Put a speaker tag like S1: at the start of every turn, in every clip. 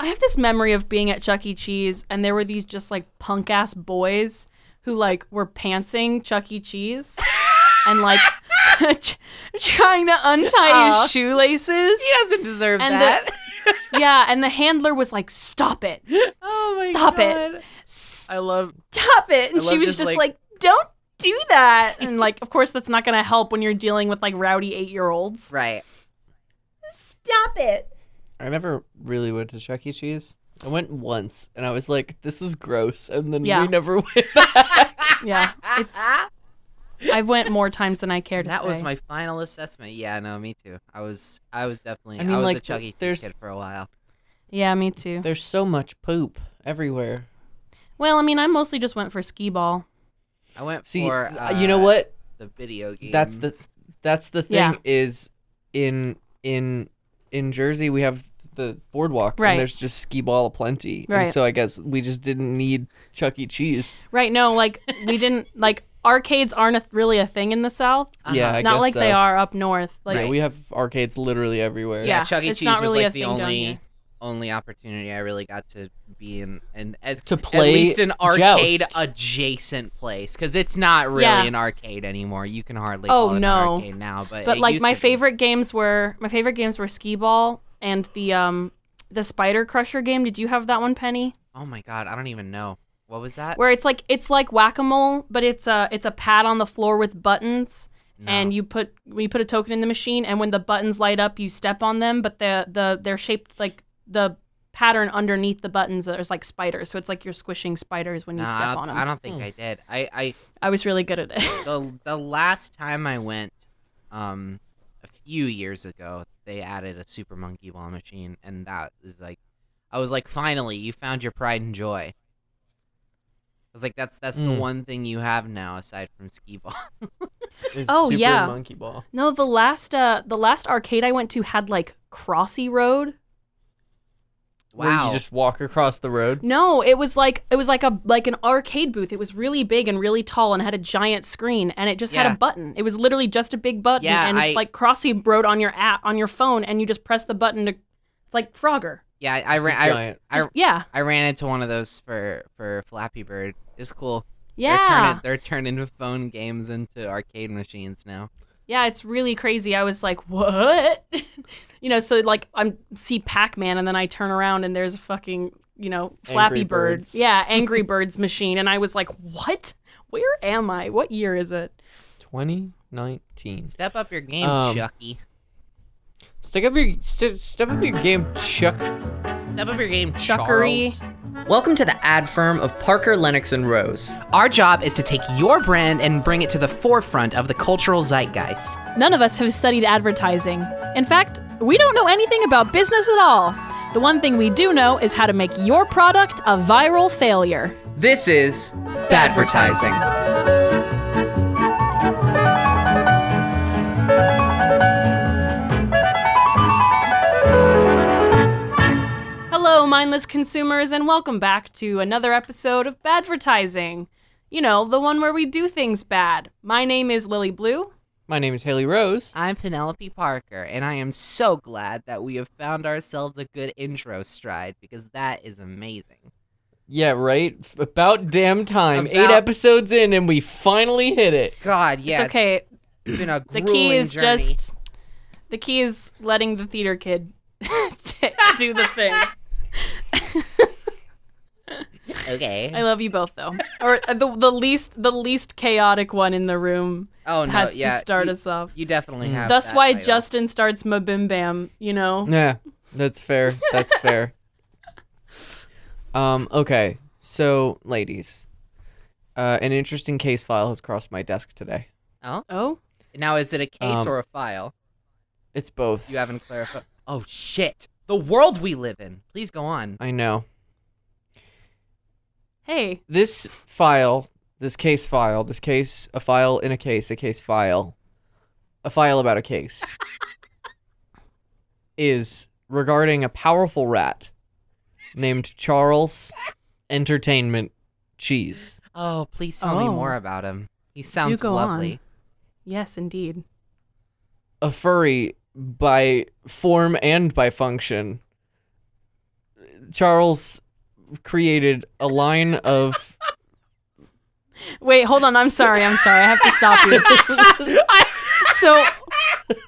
S1: I have this memory of being at Chuck E. Cheese and there were these just like punk ass boys who like were pantsing Chuck E. Cheese and like t- trying to untie
S2: Aw.
S1: his shoelaces.
S2: He doesn't deserve
S1: And
S2: that.
S1: Yeah, and the handler was like, "Stop it,
S2: oh my
S1: Stop it.
S2: God.
S1: stop
S2: I love
S1: it!" And
S2: I
S1: she
S2: love
S1: was
S2: just,
S1: just,
S2: like-
S1: like, "Don't do that!" And like, of course, that's not gonna help when you're dealing with like rowdy eight year olds.
S2: right.
S1: Stop it.
S3: I never really went to Chuck E. Cheese. I went once, and I was like, "This is gross," and then
S1: Yeah.
S3: we never went back.
S1: Yeah, it's. I went more times than I care to
S2: That
S1: say.
S2: was my final assessment. Yeah, no, me too. I was I was definitely
S3: I
S2: I,
S3: mean,
S2: was a
S3: like,
S2: Chuck E. Cheese
S3: there's-
S2: kid for a while.
S1: Yeah, me too.
S3: There's so much poop everywhere.
S1: Well, I mean, I mostly just went for skee ball.
S2: I went
S3: See,
S2: for
S3: uh,
S2: uh,
S3: you know what?
S2: the video game.
S3: That's the that's the thing
S1: Yeah.
S3: is in in in Jersey we have the boardwalk
S1: Right.
S3: and there's just skee ball aplenty. And
S1: Right.
S3: so I guess we just didn't need Chuck E. Cheese.
S1: Right? No, like we didn't like arcades aren't a, really a thing in the South.
S3: Yeah,
S2: Uh-huh.
S3: I
S1: not
S3: guess
S1: like
S3: so.
S1: they are up north. Like
S3: yeah, we have arcades literally everywhere.
S1: Yeah,
S2: Chuck E.
S1: it's
S2: Cheese
S1: not
S2: was
S1: really
S2: like
S1: a
S2: the
S1: thing down
S2: only
S1: here.
S2: only opportunity I really got to be in and at,
S3: To
S2: at
S3: play
S2: least an arcade
S3: Joust.
S2: adjacent place because it's not really
S1: Yeah.
S2: an arcade anymore. You can hardly
S1: Oh,
S2: call it an
S1: no.
S2: arcade now, but
S1: But
S2: it
S1: like
S2: used
S1: my
S2: to be.
S1: favorite games were my favorite games were skee ball and the um the spider crusher game. Did you have that one, Penny?
S2: Oh my god, I don't even know what was that.
S1: Where it's like it's like whack a mole, but it's a it's a pad on the floor with buttons,
S2: No.
S1: and you put when you put a token in the machine, and when the buttons light up, you step on them, but the the they're shaped like the pattern underneath the buttons is like spiders, so it's like you're squishing spiders when you
S2: No, I,
S1: step
S2: don't,
S1: on them.
S2: I
S1: I,
S2: don't
S3: Hmm.
S2: think I did. I I
S1: was really good at it.
S2: the the last time I went, um, a few years ago, they added a Super Monkey Ball machine, and that was like, I was like, finally, you found your pride and joy. I was like, that's that's the
S3: Mm.
S2: one thing you have now aside from skee ball.
S3: It's
S1: Oh,
S3: super
S1: yeah.
S3: monkey ball.
S1: no, the last uh the last arcade I went to had like Crossy Road.
S3: Where
S2: wow.
S3: you just walk across the road.
S1: No, it was like it was like a like an arcade booth. It was really big and really tall and had a giant screen and it just had
S2: Yeah.
S1: a button. It was literally just a big button
S2: Yeah,
S1: and it's
S2: I-
S1: like crossy road on your app on your phone and you just press the button to it's like Frogger.
S2: yeah, I, I
S3: It's a
S2: ran. I,
S3: giant.
S1: Just- yeah.
S2: I ran into one of those for for Flappy Bird. It's cool. They're
S1: Yeah.
S2: turning, they're turning phone games into arcade machines now.
S1: Yeah, it's really crazy. I was like, "What?" you know, so like I'm see Pac-Man and then I turn around and there's a fucking, you know, Flappy
S3: Angry
S1: Bird.
S3: Birds.
S1: Yeah, Angry Birds machine and I was like, "What? Where am I? What year is it?"
S3: 2019.
S2: Step up your game,
S3: Um,
S2: Chucky.
S3: Stick up your st- step up your game, Chuck.
S2: Step up your game,
S1: Chuckery.
S2: Charles.
S3: Welcome to the ad firm of Parker Lennox and Rose.
S2: Our job is to take your brand and bring it to the forefront of the cultural zeitgeist.
S1: None of us have studied advertising. In fact, we don't know anything about business at all. The one thing we do know is how to make your product a viral failure.
S3: This is advertising.
S1: Hello, mindless consumers, and welcome back to another episode of Badvertising. You know, the one where we do things bad. My name is Lily Blue.
S3: My name is Haley Rose.
S2: I'm Penelope Parker, and I am so glad that we have found ourselves a good intro stride because that is amazing.
S3: Yeah, right. F- About damn time. Eight
S2: About-
S3: episodes in, and we finally hit it.
S2: God, yeah,
S1: it's okay.
S2: it's been a
S1: The
S2: grueling
S1: key is
S2: journey.
S1: just the key is letting the theater kid do the thing.
S2: okay.
S1: I love you both though. Or uh, the the least the least chaotic one in the room
S2: oh no,
S1: has to
S2: yeah,
S1: start
S2: you,
S1: us off.
S2: You definitely have.
S1: That's
S2: that
S1: why
S2: title.
S1: Justin starts Mabim Bam, you know?
S3: Yeah, that's fair. That's fair. Um. Okay. So, ladies, uh, an interesting case file has crossed my desk today.
S1: Oh?
S2: Now, is it a case
S3: Um,
S2: or a file?
S3: It's both.
S2: You haven't clarified. Oh shit! The world we live in. Please go on.
S3: I know.
S1: Hey.
S3: This file, this case file, this case, a file in a case, a case file, a file about a case, is regarding a powerful rat named Charles Entertainment Cheese.
S2: Oh, please tell me
S1: Oh.
S2: more about him. He sounds
S1: go on.
S2: lovely.
S1: Yes, indeed.
S3: a furry by form and by function Charles created a line of
S1: Wait, hold on. I'm sorry. I'm sorry. I have to stop you. So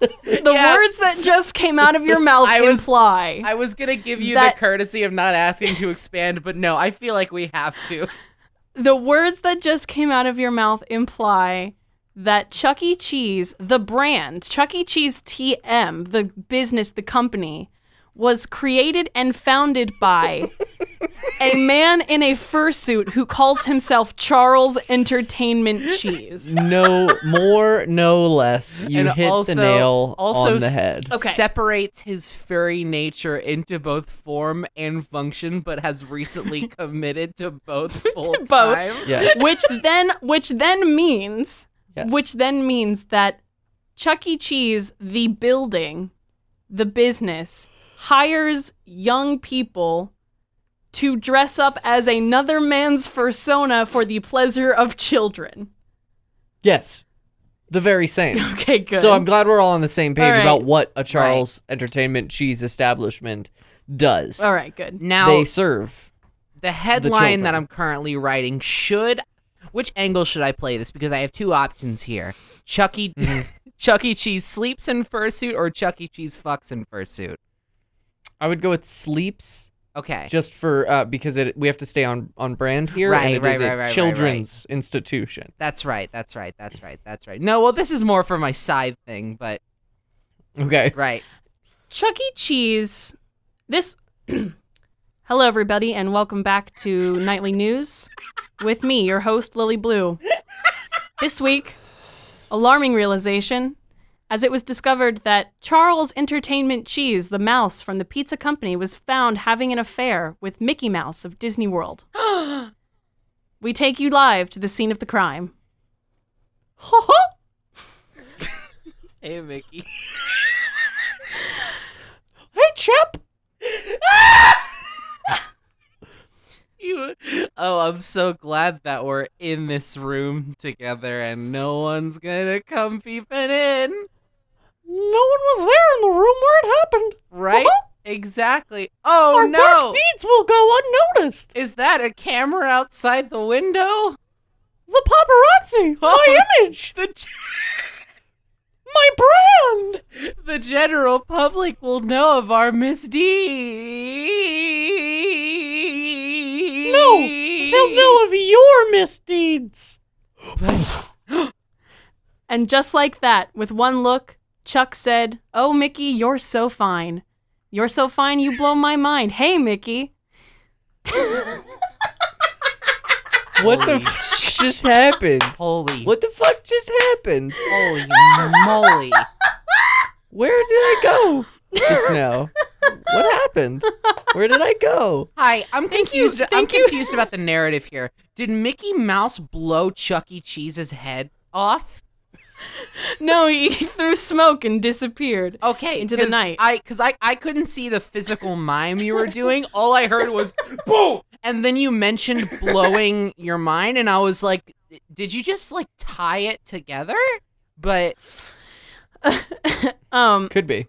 S1: the
S2: Yeah.
S1: words that just came out of your mouth
S2: I was-
S1: imply.
S2: I was gonna give you
S1: That-
S2: the courtesy of not asking to expand, but no, I feel like we have to.
S1: the words that just came out of your mouth imply that Chuck E. Cheese, the brand, Chuck E. Cheese TM, the business, the company, was created and founded by a man in a fursuit who calls himself Charles Entertainment Cheese.
S3: no more, no less. You
S2: And
S3: hit
S2: also-
S3: the nail
S2: also
S3: on the
S2: s-
S3: head.
S1: Okay.
S2: Separates his furry nature into both form and function, but has recently committed to both full
S1: both.
S2: time.
S3: Yes.
S1: which then which then means
S3: Yeah.
S1: which then means that Chuck E. Cheese, the building, the business, hires young people to dress up as another man's persona for the pleasure of children.
S3: Yes. The very same.
S1: Okay, good.
S3: So I'm glad we're all on the same page
S1: All
S3: about
S1: right.
S3: what a Charles Entertainment Cheese establishment does.
S1: all right, good.
S2: Now
S3: They serve.
S2: the headline that
S3: children.
S2: I'm currently writing should which angle should I play this because I have two options here. Chuck E. Chuck E. Cheese sleeps in fursuit or Chuck E. Cheese fucks in fursuit.
S3: I would go with sleeps
S2: Okay.
S3: just for uh, because it we have to stay on on brand here.
S2: Right,
S3: and it is
S2: right,
S3: a
S2: right, right, right, right.
S3: children's institution.
S2: That's right. That's right. That's right. That's right. No, well this is more for my side thing, but
S3: Okay.
S2: right.
S1: Chuck E. Cheese. This. Hello, everybody, and welcome back to Nightly News with me, your host, Lily Blue. This week, alarming realization as it was discovered that Charles Entertainment Cheese, the mouse from the pizza company, was found having an affair with Mickey Mouse of Disney World. we take you live to the scene of the crime.
S2: Hey Mickey.
S3: Hey, chap.
S2: You- oh, I'm so glad that we're in this room together and no one's gonna come peeping in.
S3: No one was there in the room where it happened.
S2: Right? Exactly. Oh no!
S3: deeds will go unnoticed.
S2: Is that a camera outside the window?
S3: The paparazzi,
S2: my
S3: image,
S2: The, g-
S3: my brand.
S2: the general public will know of our misdeeds.
S3: of your misdeeds.
S1: And just like that, with one look, Chuck said, Oh, Mickey, you're so fine. You're so fine, you blow my mind. Hey, Mickey.
S3: What
S2: Holy
S3: the fuck just happened?
S2: Holy,
S3: What the fuck just happened?
S2: holy moly!
S3: Where did I go just now? What happened? Where did I go?
S2: Hi, I'm
S1: Thank you,
S2: confused. I'm
S1: thank you.
S2: confused about the narrative here. Did Mickey Mouse blow Chuck E. Cheese's head off?
S1: No, he threw smoke and disappeared.
S2: Okay,
S1: Into the
S2: 'cause
S1: night.
S2: I because I I couldn't see the physical mime you were doing. All I heard was boom, and then you mentioned blowing your mind, and I was like, did you just like tie it together? But
S1: Um,
S3: Could be.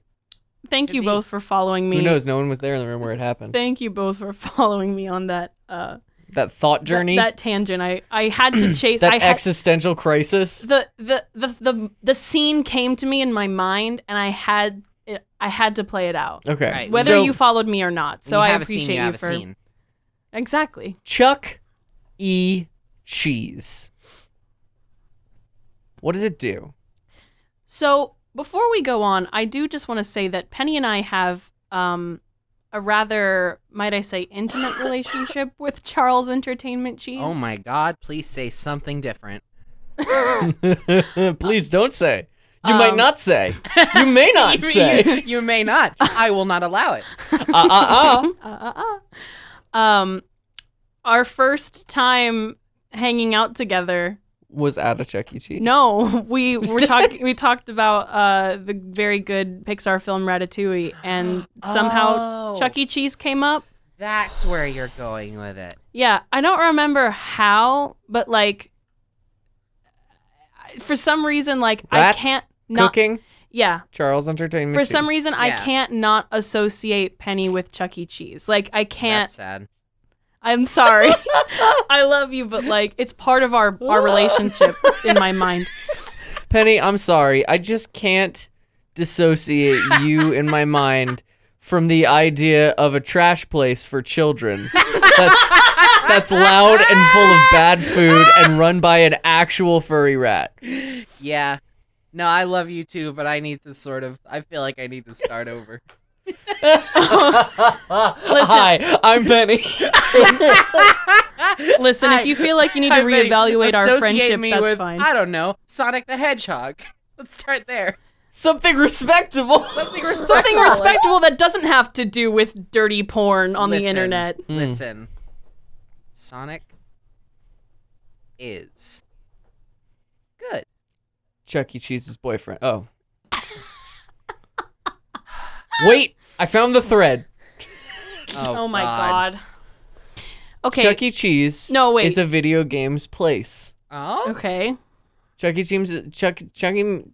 S1: thank
S2: Could
S1: you
S2: be.
S1: both for following me.
S3: Who knows? No one was there in the room where it happened.
S1: Thank you both for following me on that uh
S3: That thought
S1: that-
S3: journey,
S1: that,
S3: that,
S1: tangent. I I had to chase I had,
S3: existential crisis.
S1: the, the the the the scene came to me in my mind and I had it, I had to play it out.
S3: okay.
S2: Right.
S1: Whether
S3: so
S1: you followed me or not. So
S2: you
S1: I
S2: have
S1: appreciate
S2: a scene, you, have a
S1: for
S2: scene.
S1: Exactly.
S3: Chuck E. Cheese. What does it do?
S1: So before we go on, I do just want to say that Penny and I have um, a rather, might I say, intimate relationship with Charles Entertainment Cheese.
S2: Oh my God! Please say something different.
S3: Please don't say. You might
S1: Um,
S3: not say. You may not
S2: you,
S3: say.
S2: you- you may not. I will not allow it.
S3: Uh uh uh.
S1: Uh, uh, uh. Um, our first time hanging out together.
S3: Was out of Chuck E. Cheese.
S1: No, we were talking. we talked about uh, the very good Pixar film Ratatouille, and somehow
S2: Oh,
S1: Chuck E. Cheese came up.
S2: That's where you're going with it.
S1: Yeah, I don't remember how, but like for some reason like
S3: Rats
S1: I can't not
S3: Cooking.
S1: Yeah.
S3: Charles Entertainment.
S1: For some
S3: Cheese.
S1: reason, I
S2: Yeah.
S1: can't not associate Penny with Chuck E. Cheese. Like, I can't.
S2: That's sad.
S1: I'm sorry. I love you, but like, it's part of our our relationship in my mind.
S3: Penny, I'm sorry. I just can't dissociate you in my mind from the idea of a trash place for children. That's that's loud and full of bad food and run by an actual furry rat.
S2: Yeah. No, I love you too, but I need to sort of. I feel like I need to start over.
S3: Hi, I'm Penny.
S1: Listen, if you feel like you need to
S2: I think
S1: reevaluate our
S2: associate
S1: friendship,
S2: me
S1: that's
S2: with,
S1: fine.
S2: I don't know, Sonic the Hedgehog. Let's start there.
S3: Something respectable.
S2: Something respectful.
S1: Something respectable that doesn't have to do with dirty porn on the
S2: Listen,
S1: internet.
S2: Listen, Sonic is good.
S3: Chuck E. Cheese's boyfriend. Oh. Wait, I found the thread.
S1: Oh, my god. Okay.
S3: Chuck E. Cheese
S1: No, wait.
S3: is a video games place.
S2: Oh,
S1: okay.
S3: Chuck E. Cheese, Chuck, Chuck E. Chum,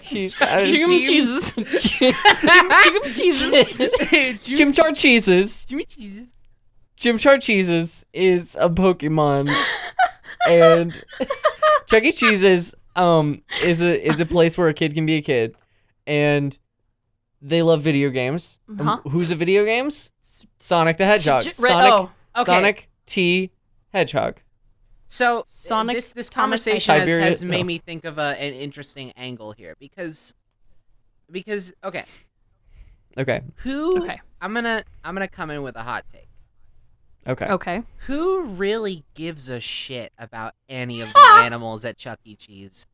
S3: cheese, uh,
S1: Chicken
S3: Chim-
S1: E. cheeses. Chicken cheeses.
S2: Jim-
S3: Chimchar Cheeses,
S2: Jimmy Jesus.
S3: Chimchar Cheeses is a Pokemon, and Chuck E. Cheese is um is a is a place where a kid can be a kid, and they love video games. And
S1: Uh-huh.
S3: Who's a video games? Sonic the Hedgehog.
S1: Ch- ch- right-
S3: Sonic,
S1: oh.
S2: Okay.
S3: Sonic T. Hedgehog.
S2: So uh,
S1: Sonic
S2: this this
S1: Thomas
S2: conversation has,
S3: Tiberius-
S2: has made
S3: no.
S2: me think of a, an interesting angle here because because okay
S3: Okay,
S2: who
S1: Okay.
S2: I'm gonna I'm gonna come in with a hot take.
S3: okay.
S1: Okay.
S2: Who really gives a shit about any of the animals at Chuck E. Cheese?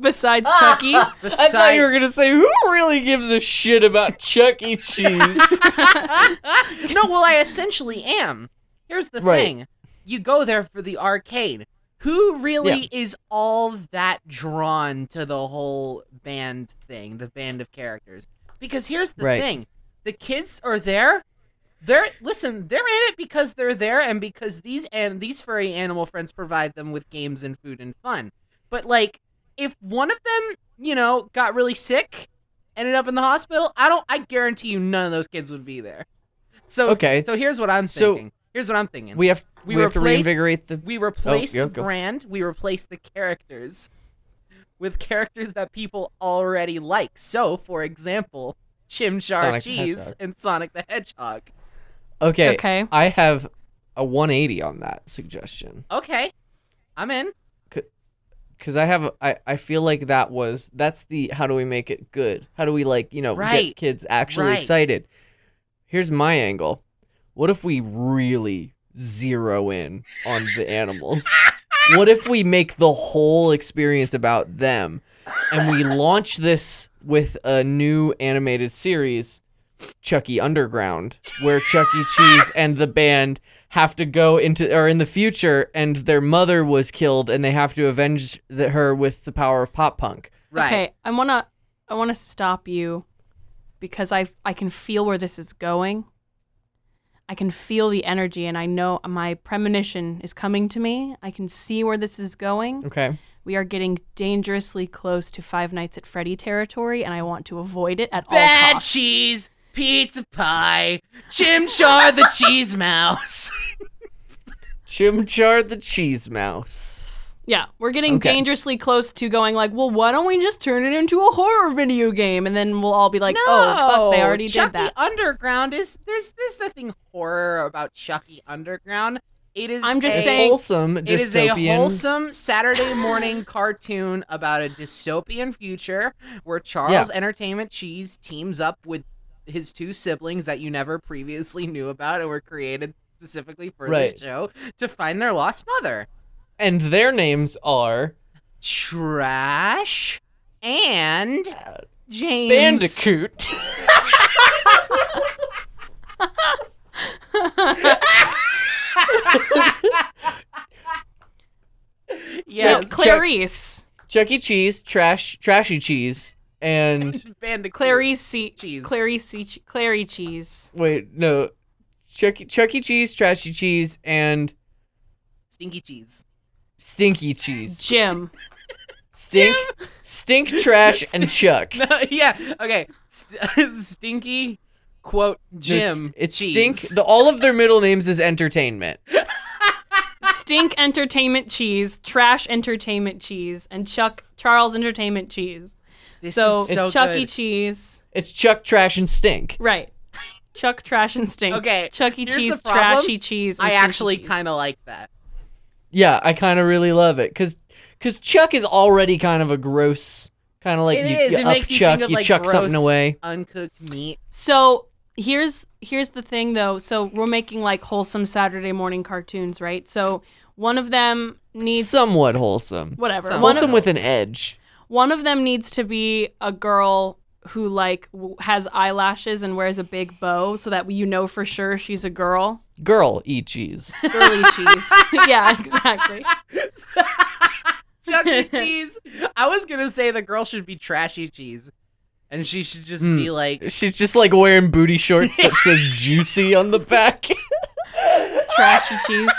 S1: Besides
S2: Ah.
S1: Chucky.
S3: I thought you were
S2: Besides,
S3: gonna say who really gives a shit about Chuck E. Cheese.
S2: no, well, I essentially am. Here's the
S3: Right.
S2: thing: you go there for the arcade. Who really is all that drawn to the whole band thing, the band of characters? Because here's the
S3: Right.
S2: thing: the kids are there. They're listen. They're in it because they're there, and because these and these furry animal friends provide them with games and food and fun. But like, if one of them, you know, got really sick, ended up in the hospital, I don't. I guarantee you, none of those kids would be there. So
S3: Okay.
S2: So here's what I'm
S3: So-
S2: thinking. Here's what I'm thinking.
S3: we have
S2: We
S3: we, have to
S2: replace-
S3: reinvigorate the
S2: we replace
S3: Oh, yeah,
S2: the
S3: go.
S2: brand. We replace the characters with characters that people already like. So, for example, Chimchar
S3: Sonic the
S2: Cheese
S3: Hedgehog.
S2: and Sonic the Hedgehog.
S3: Okay.
S1: Okay.
S3: I have a 180 on that suggestion
S2: Okay, I'm in.
S3: because I have a- I I feel like that was that's the how do we make it good? How do we like you know
S2: Right.
S3: get kids actually
S2: Right.
S3: excited? Here's my angle. What if we really zero in on the animals? what if we make the whole experience about them, and we launch this with a new animated series? Chucky Underground, where Chuck E. Cheese and the band have to go into or in the future, and their mother was killed, and they have to avenge the, her with the power of pop punk.
S2: Right.
S1: Okay, I wanna I wanna stop you because I I can feel where this is going. I can feel the energy and I know my premonition is coming to me. I can see where this is going.
S3: Okay,
S1: We are getting dangerously close to Five Nights at Freddy territory and I want to avoid it at all
S2: Bad
S1: costs.
S2: cheese, pizza pie, Chimchar the cheese mouse.
S3: Chimchar the Cheese Mouse.
S1: yeah, we're getting
S3: Okay.
S1: dangerously close to going like, well, why don't we just turn it into a horror video game? And then we'll all be like, oh, fuck, they
S2: No,
S1: already
S2: Chucky
S1: did that.
S2: Underground is there's there's nothing horror about Chucky Underground. It is
S1: I'm just
S2: a-
S3: It's
S1: saying-
S3: wholesome dystopian.
S2: it is a wholesome Saturday morning cartoon about a dystopian future where Charles Entertainment Cheese teams up with his two siblings that you never previously knew about and were created specifically for
S3: Right.
S2: this show to find their lost mother.
S3: and their names are
S2: Trash and James
S3: Bandicoot.
S1: No,
S2: Yes.
S1: Clarice.
S3: Chuck E. Cheese, trash, trashy cheese, and
S2: Bandicoot.
S1: Clarice
S2: Cheese.
S1: Clarice Clary cheese.
S3: wait, no, Chuck E. Chuck E. Cheese, trashy cheese, and
S2: Stinky cheese.
S3: stinky cheese.
S1: Jim.
S3: Stink, stink, trash, and Chuck.
S2: No, yeah. Okay. St- stinky quote
S3: There's-
S2: Jim.
S3: It's
S2: cheese.
S3: stink. The, all of their middle names is entertainment.
S1: Stink Entertainment Cheese, Trash Entertainment Cheese, and Chuck Charles Entertainment Cheese.
S2: This
S1: so
S2: is so
S1: it's Chuck E.
S2: good.
S1: Cheese.
S3: It's Chuck, trash, and stink.
S1: Right. Chuck Trash and Stink.
S2: Okay,
S1: Chuck E.
S2: here's the
S1: Cheese,
S2: problem.
S1: Trashy Cheese.
S2: I actually kind of like that.
S3: Yeah, I kind of really love it because because Chuck is already kind of a gross kind of like
S2: It
S3: you,
S2: is,
S3: you
S2: it
S3: up
S2: makes you
S3: Chuck,
S2: think of, like,
S3: chuck something
S2: gross-
S3: away.
S2: Uncooked meat.
S1: So here's here's the thing though. So we're making like wholesome Saturday morning cartoons, right? So one of them needs
S3: somewhat wholesome,
S1: whatever.
S2: Some-
S1: One of
S3: wholesome with an edge.
S1: one of them needs to be a girl who like w- has eyelashes and wears a big bow so that you know for sure she's a girl.
S3: Girl, eat cheese.
S1: Girly cheese. yeah, exactly.
S2: Chuck E. Cheese. I was gonna say the girl should be trashy cheese, and she should just
S3: Mm.
S1: Hmm.
S2: be like
S3: She's just like wearing booty shorts that says "juicy" on the back.
S1: Trashy cheese.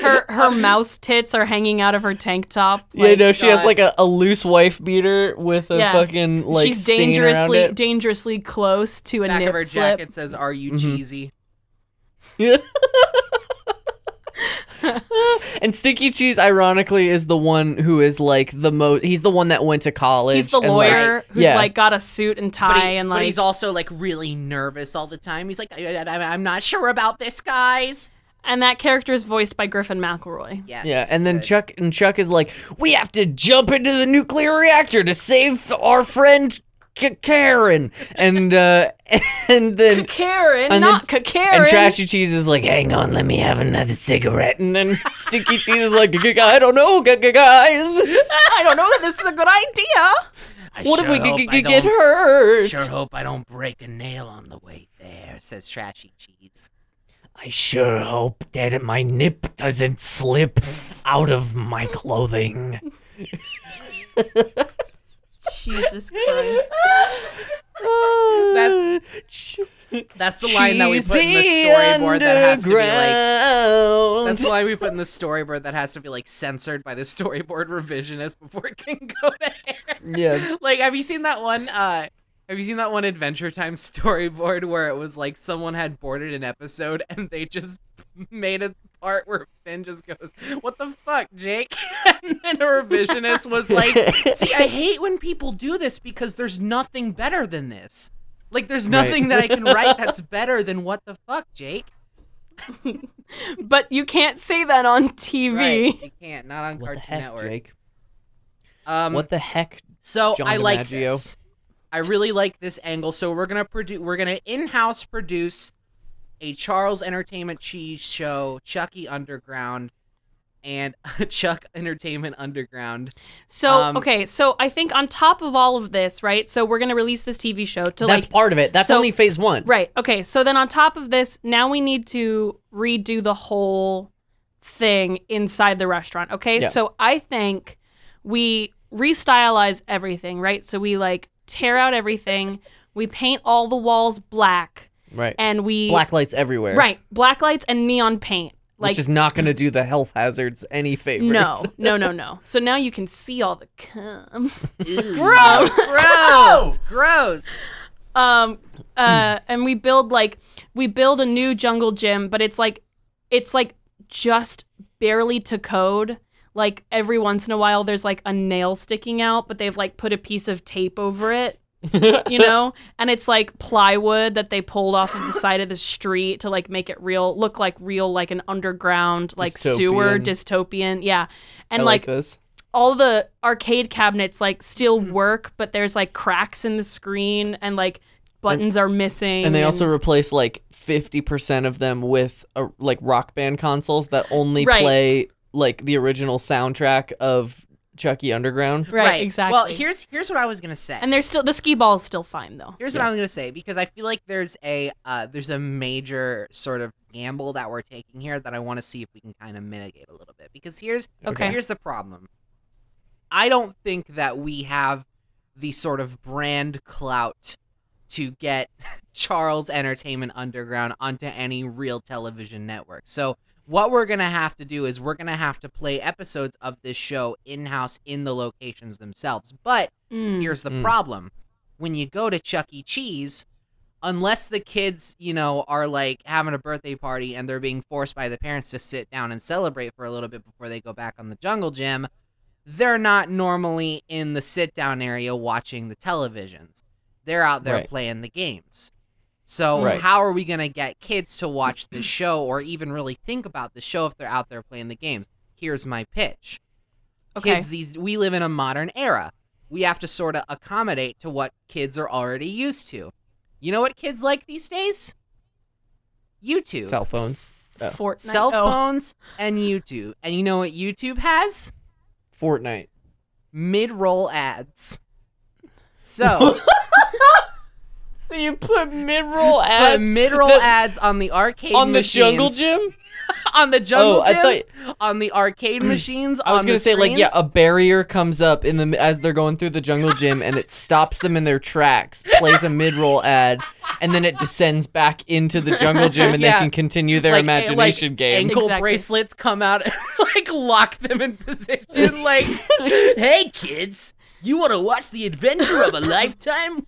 S1: Her her mouse tits are hanging out of her tank top.
S3: Yeah, you
S1: like-
S3: know, she has
S2: God.
S3: like a, a loose wife beater with a
S1: Yeah.
S3: fucking like
S1: she's
S3: stain
S1: dangerously
S3: around it.
S1: dangerously close to a
S2: back
S1: nip
S2: of her
S1: slip.
S2: jacket says, "Are you
S3: Mhm.
S1: Mm-hmm.
S2: cheesy?"
S3: and Stinky Cheese, ironically, is the one who is like the most. He's the one that went to college.
S1: He's the
S3: and, like-
S1: lawyer who's
S3: yeah.
S1: like got a suit and tie
S2: But, he-
S1: and
S2: but
S1: like
S2: he's also like really nervous all the time. He's like, I, I, "I'm not sure about this, guys."
S1: and that character is voiced by Griffin McElroy.
S2: Yes.
S3: yeah, and then
S2: good.
S3: Chuck and Chuck is like, we have to jump into the nuclear reactor to save our friend K- Karen, and uh, and then
S1: Karen,
S3: and
S1: not
S3: then-
S1: Karen.
S3: and Trashy Cheese is like, hang on, let me have another cigarette, and then Stinky Cheese is like, "G- g- I don't know, g- g- guys,
S1: I don't know that this is a good idea.
S2: I
S3: what if
S2: sure
S3: we
S2: hope
S3: could
S2: I
S3: g- get
S2: don't-
S3: hurt?
S2: Sure hope I don't break a nail on the way there," says Trashy Cheese.
S4: I sure hope that my nip doesn't slip out of my clothing.
S1: Jesus Christ.
S2: That's-
S3: Ch-
S2: That's the line that we put in the
S3: Cheesy
S2: storyboard that has to be like.
S3: underground.
S2: That's the line we put in the storyboard that has to be like censored by the storyboard revisionist before it can go to air.
S3: yeah.
S2: Like, have you seen that one? Uh, have you seen that one Adventure Time storyboard where it was like someone had boarded an episode and they just made a part where Finn just goes, "What the fuck, Jake?" and then a revisionist was like, "See, I hate when people do this because there's nothing better than this. Like, there's
S3: Right.
S2: nothing that I can write that's better than what the fuck, Jake."
S1: But you can't say that on TV.
S2: Right? You can't. Not on
S3: What the
S2: Cartoon
S3: heck,
S2: Network.
S3: Jake?
S2: Um,
S3: what the heck?
S2: so
S3: John
S2: I like
S3: DiMaggio?
S2: this. I really like this angle. So we're gonna produce. We're gonna in-house produce a Charles Entertainment Cheese show, Chucky Underground, and Chuck Entertainment Underground.
S1: So,
S2: Um,
S1: okay, so I think on top of all of this, right? So we're going to release this TV show to
S3: That's
S1: like
S3: part of it. That's
S1: so-
S3: only phase one.
S1: Right. Okay. So then on top of this, now we need to redo the whole thing inside the restaurant. Okay.
S3: Yeah.
S1: So I think we restylize everything, right? So we like tear out everything, we paint all the walls black,
S3: Right.
S1: and we
S3: Black lights everywhere.
S1: right black lights and neon paint. Like
S3: which is not going to do the health hazards any favors.
S1: no, no, no, no. So now you can see all the cum.
S2: gross! Gross! gross!
S1: um uh and we build like we build a new jungle gym but it's like it's like just barely to code like every once in a while there's like a nail sticking out but they've like put a piece of tape over it you know and it's like plywood that they pulled off of the side of the street to like make it real look like real like an underground like sewer dystopian yeah and
S3: I
S1: like
S3: like, this.
S1: all the arcade cabinets like still work, but there's like cracks in the screen and like buttons are missing.
S3: And they also replace like 50% of them with a, like rock band consoles that only
S1: Right.
S3: play like the original soundtrack of Chucky Underground.
S1: right, exactly.
S2: Well, here's here's what I was gonna say.
S1: and there's still the skee ball's still fine though.
S2: Here's what I'm gonna say because I feel like there's a uh, there's a major sort of gamble that we're taking here that I want to see if we can kind of mitigate a little bit because here's
S1: Okay.
S2: here's the problem. I don't think that we have the sort of brand clout to get Charles Entertainment Underground onto any real television network. So what we're gonna have to do is we're gonna have to play episodes of this show in house in the locations themselves. But
S1: Mm.
S2: here's the
S5: Mm.
S2: problem: when you go to Chuck E. Cheese, unless the kids, you know, are like having a birthday party and they're being forced by the parents to sit down and celebrate for a little bit before they go back on the jungle gym, they're not normally in the sit down area watching the televisions. They're out there
S5: Right.
S2: playing the games. So
S5: Right.
S2: how are we gonna get kids to watch this show or even really think about the show if they're out there playing the games? Here's my pitch.
S1: Okay.
S2: Kids these we live in a modern era. We have to sort of accommodate to what kids are already used to. You know what kids like these days? YouTube.
S5: Cell phones. Oh.
S1: Fortnite.
S2: Cell
S1: Oh.
S2: phones and YouTube. And you know what YouTube has?
S5: Fortnite.
S2: Mid-roll ads. So,
S5: So you put mid-roll
S2: put
S5: ads
S2: mid-roll
S5: the-
S2: ads on the arcade
S5: on the jungle
S2: machines.
S5: gym.
S2: on the jungle
S5: Oh, I thought-
S2: gyms, on the arcade machines.
S5: I was
S2: on
S5: gonna
S2: the
S5: say like yeah,
S2: screens.
S5: a barrier comes up in the as they're going through the jungle gym and it stops them in their tracks, plays a mid-roll ad, and then it descends back into the jungle gym and
S2: Yeah.
S5: they can continue their
S2: Like, a- like,
S5: imagination game.
S2: Ankle
S1: Exactly.
S2: bracelets come out and like lock them in position. Like, hey kids, you want to watch the adventure of a lifetime?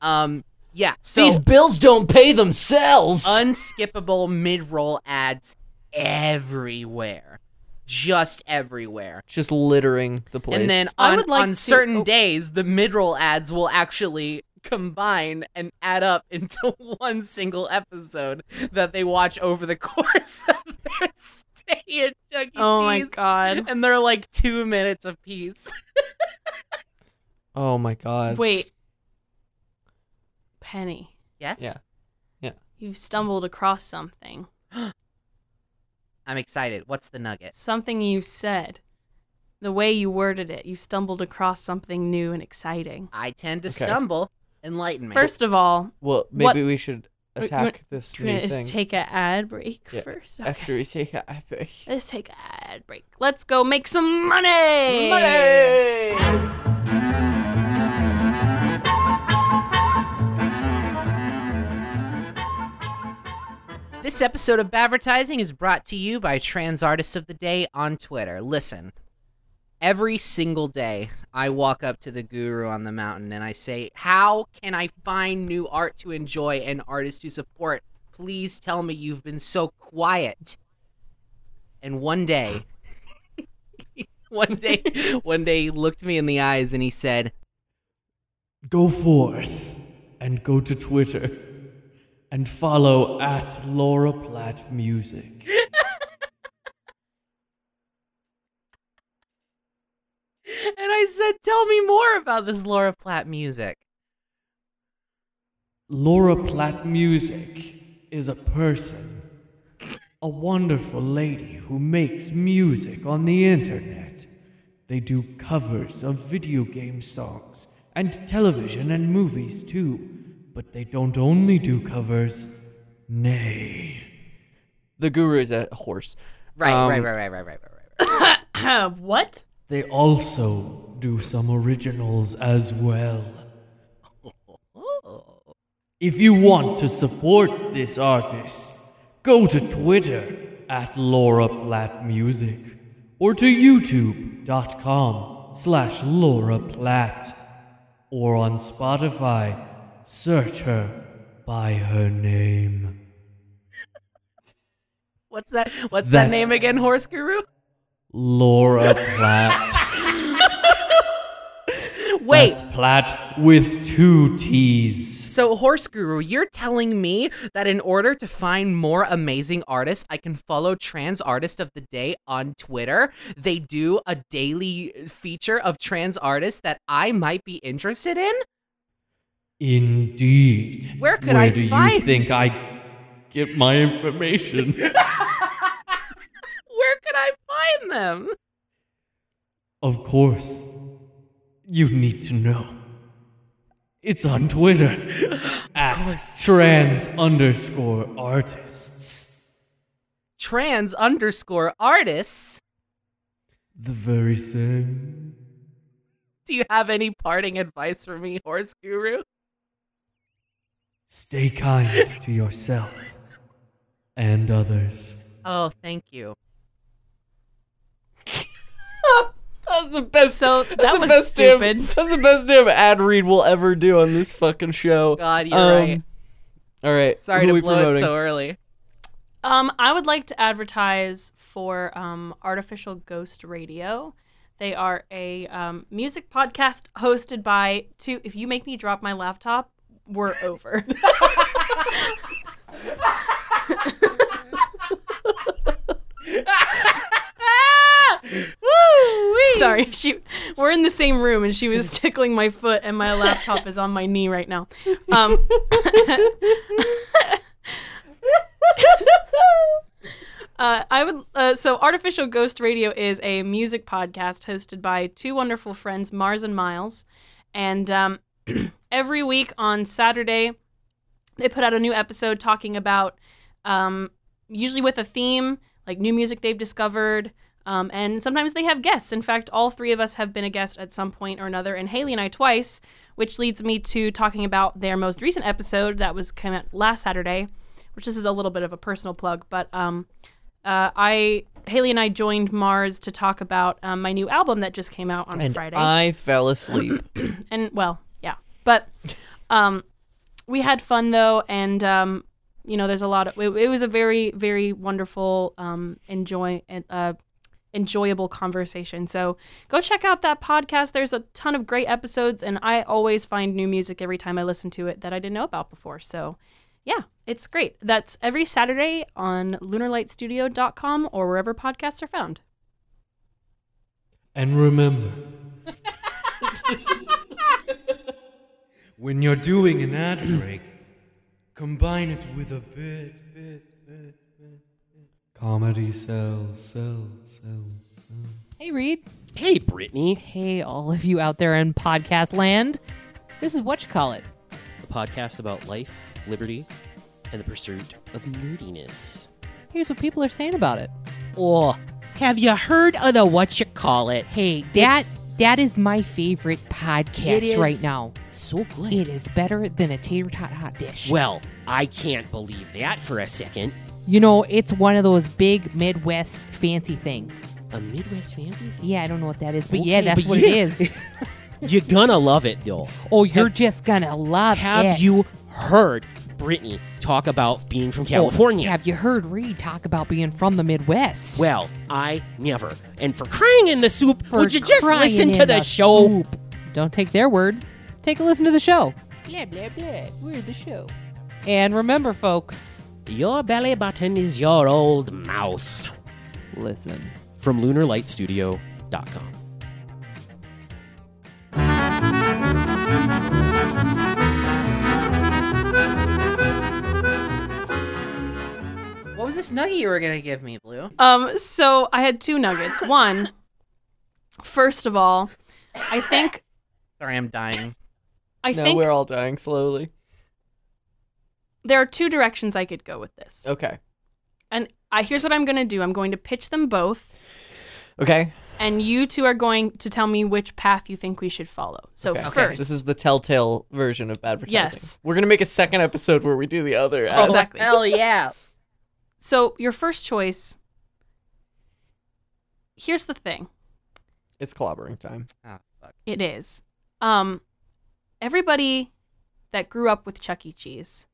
S2: Um, yeah. So
S5: bills don't pay themselves.
S2: unskippable mid-roll ads everywhere, just everywhere.
S5: Just littering the place.
S2: And then
S1: I
S2: on,
S1: would like
S2: on
S1: to-
S2: certain
S1: oh.
S2: days, the mid-roll ads will actually combine and add up into one single episode that they watch over the course of their stay at Chuck E.
S1: Oh my
S2: Cheese.
S1: god.
S2: And they're like two minutes apiece.
S5: Oh my god.
S1: Wait. Penny,
S2: Yes?
S5: Yeah.
S1: you've stumbled across something.
S2: I'm excited. What's the nugget?
S1: Something you said. The way you worded it, you stumbled across something new and exciting.
S2: I tend to
S5: Okay.
S2: stumble. Enlighten me.
S1: First of all,
S5: Well, maybe
S1: What-
S5: we should
S1: Wait, you
S5: attack this
S1: we're gonna
S5: new
S1: just
S5: thing
S1: take an ad break
S5: Yeah,
S1: first. Okay.
S5: after we take a
S1: Let's take an ad break. Let's go make some money.
S2: This episode of Advertising is brought to you by Trans Artist of the Day on Twitter. Listen, every single day I walk up to the guru on the mountain and I say, How can I find new art to enjoy and artists to support? Please tell me you've been so quiet. And one day, one day, one day he looked me in the eyes and he said,
S3: Go forth and go to Twitter and follow at Laura Platt Music.
S2: And I said, Tell me more about this Laura Platt music.
S3: Laura Platt Music is a person, a wonderful lady who makes music on the internet. They do covers of video game songs and television and movies too, but they don't only do covers, nay.
S5: The guru is a horse.
S2: Right,
S5: Um,
S2: right, right, right, right, right, right, right.
S1: Uh, what?
S3: They also do some originals as well. If you want to support this artist, go to Twitter at Laura Platt Music or to youtube.com slash Laura Platt or on Spotify, search her by her name.
S2: What's that? What's that
S3: That's-
S2: name again, Horse Guru?
S3: Laura Platt.
S2: Wait.
S3: That's Platt with two T's.
S2: So, Horse Guru, you're telling me that in order to find more amazing artists, I can follow Trans Artist of the Day on Twitter. They do a daily feature of trans artists that I might be interested in.
S3: Indeed.
S2: Where could I
S3: do you
S2: find-
S3: think I get my information?
S2: Where could I find them?
S3: of course, you need to know. It's on Twitter at trans underscore artists.
S2: Trans underscore artists.
S3: The very same.
S2: Do you have any parting advice for me, Horse Guru?
S3: Stay kind to yourself and others.
S2: Oh, thank you.
S5: That's the best.
S1: So
S5: that's
S1: that
S5: the
S1: was
S5: best damn-
S1: stupid.
S5: that's the best damn ad read we'll ever do on this fucking show.
S2: God, you're
S5: Um,
S2: right.
S5: All right.
S2: Sorry
S5: who
S2: to
S5: we
S2: blow
S5: promoting?
S2: it so early.
S1: Um, I would like to advertise for um, Artificial Ghost Radio. They are a um, music podcast hosted by two. If you make me drop my laptop, we're over. Ah! Sorry, she. We're in the same room, and she was tickling my foot, and my laptop is on my knee right now. Um, Uh, I would uh, so artificial ghost radio is a music podcast hosted by two wonderful friends Mars and Miles, and um, every week on Saturday they put out a new episode talking about um, usually with a theme like new music they've discovered, um, and sometimes they have guests. In fact, all three of us have been a guest at some point or another, and Haley and I twice, which leads me to talking about their most recent episode that was came out last Saturday, which this is a little bit of a personal plug, but um, uh, I Haley and I joined Mars to talk about um, my new album that just came out on
S5: And
S1: Friday
S5: I fell asleep.
S1: and well, yeah, but um, we had fun though, and um, you know, there's a lot of it, it was a very, very wonderful, um, enjoy and uh, enjoyable conversation. So go check out that podcast. There's a ton of great episodes, and I always find new music every time I listen to it that I didn't know about before. So. Yeah, it's great. That's every Saturday on lunarlightstudio.com or wherever podcasts are found.
S3: And remember when you're doing an ad break, combine it with a bit, bit, bit, bit, bit. Comedy sells, sells, sells.
S6: Hey, Reed.
S7: Hey, Brittany.
S6: Hey, all of you out there in podcast land. This is what you call it.
S7: A podcast about life, liberty, and the pursuit of nerdiness.
S6: Here's what people are saying about it.
S7: Oh, have you heard of the what you call it?
S6: Hey, that that is my favorite podcast
S7: It is.
S6: right now.
S7: So good.
S6: It is better than a tater tot hot dish.
S7: Well, I can't believe that for a second.
S6: you know, it's one of those big Midwest fancy things.
S7: A Midwest fancy?
S6: Yeah, I don't know what that is, but
S7: Okay,
S6: yeah, that's
S7: but
S6: what
S7: yeah.
S6: it is.
S7: You're gonna love it, though.
S6: Oh, you're just gonna love
S7: Have
S6: it.
S7: you heard Brittany talk about being from
S6: Oh,
S7: California?
S6: have you heard Reed talk about being from the Midwest?
S7: Well, I never. And for crying in the soup,
S6: for
S7: would you just
S6: crying
S7: listen to
S6: in
S7: the, show?
S6: soup. Don't take their word. Take a listen to the show. Blah blah blah. We're the show. And remember, folks,
S7: Your belly button is your old mouth.
S6: listen.
S7: From lunarlightstudio.com.
S2: What was this nugget you were gonna give me, Blue?
S1: Um, so I had two nuggets. One, first of all, I think
S2: Sorry, I'm dying.
S1: I
S5: no,
S1: think
S5: we're all dying slowly.
S1: there are two directions I could go with this.
S5: Okay.
S1: And I, here's what I'm going to do. I'm going to pitch them both,
S5: Okay.
S1: and you two are going to tell me which path you think we should follow. So
S5: Okay. Okay.
S1: first,
S5: This is the telltale version of advertising.
S1: Yes.
S5: We're gonna make a second episode where we do the other. ad.
S1: Exactly.
S2: Hell yeah.
S1: so your first choice. Here's the thing.
S5: It's clobbering time.
S2: Oh, fuck.
S1: It is. Um, everybody that grew up with Chuck E. Cheese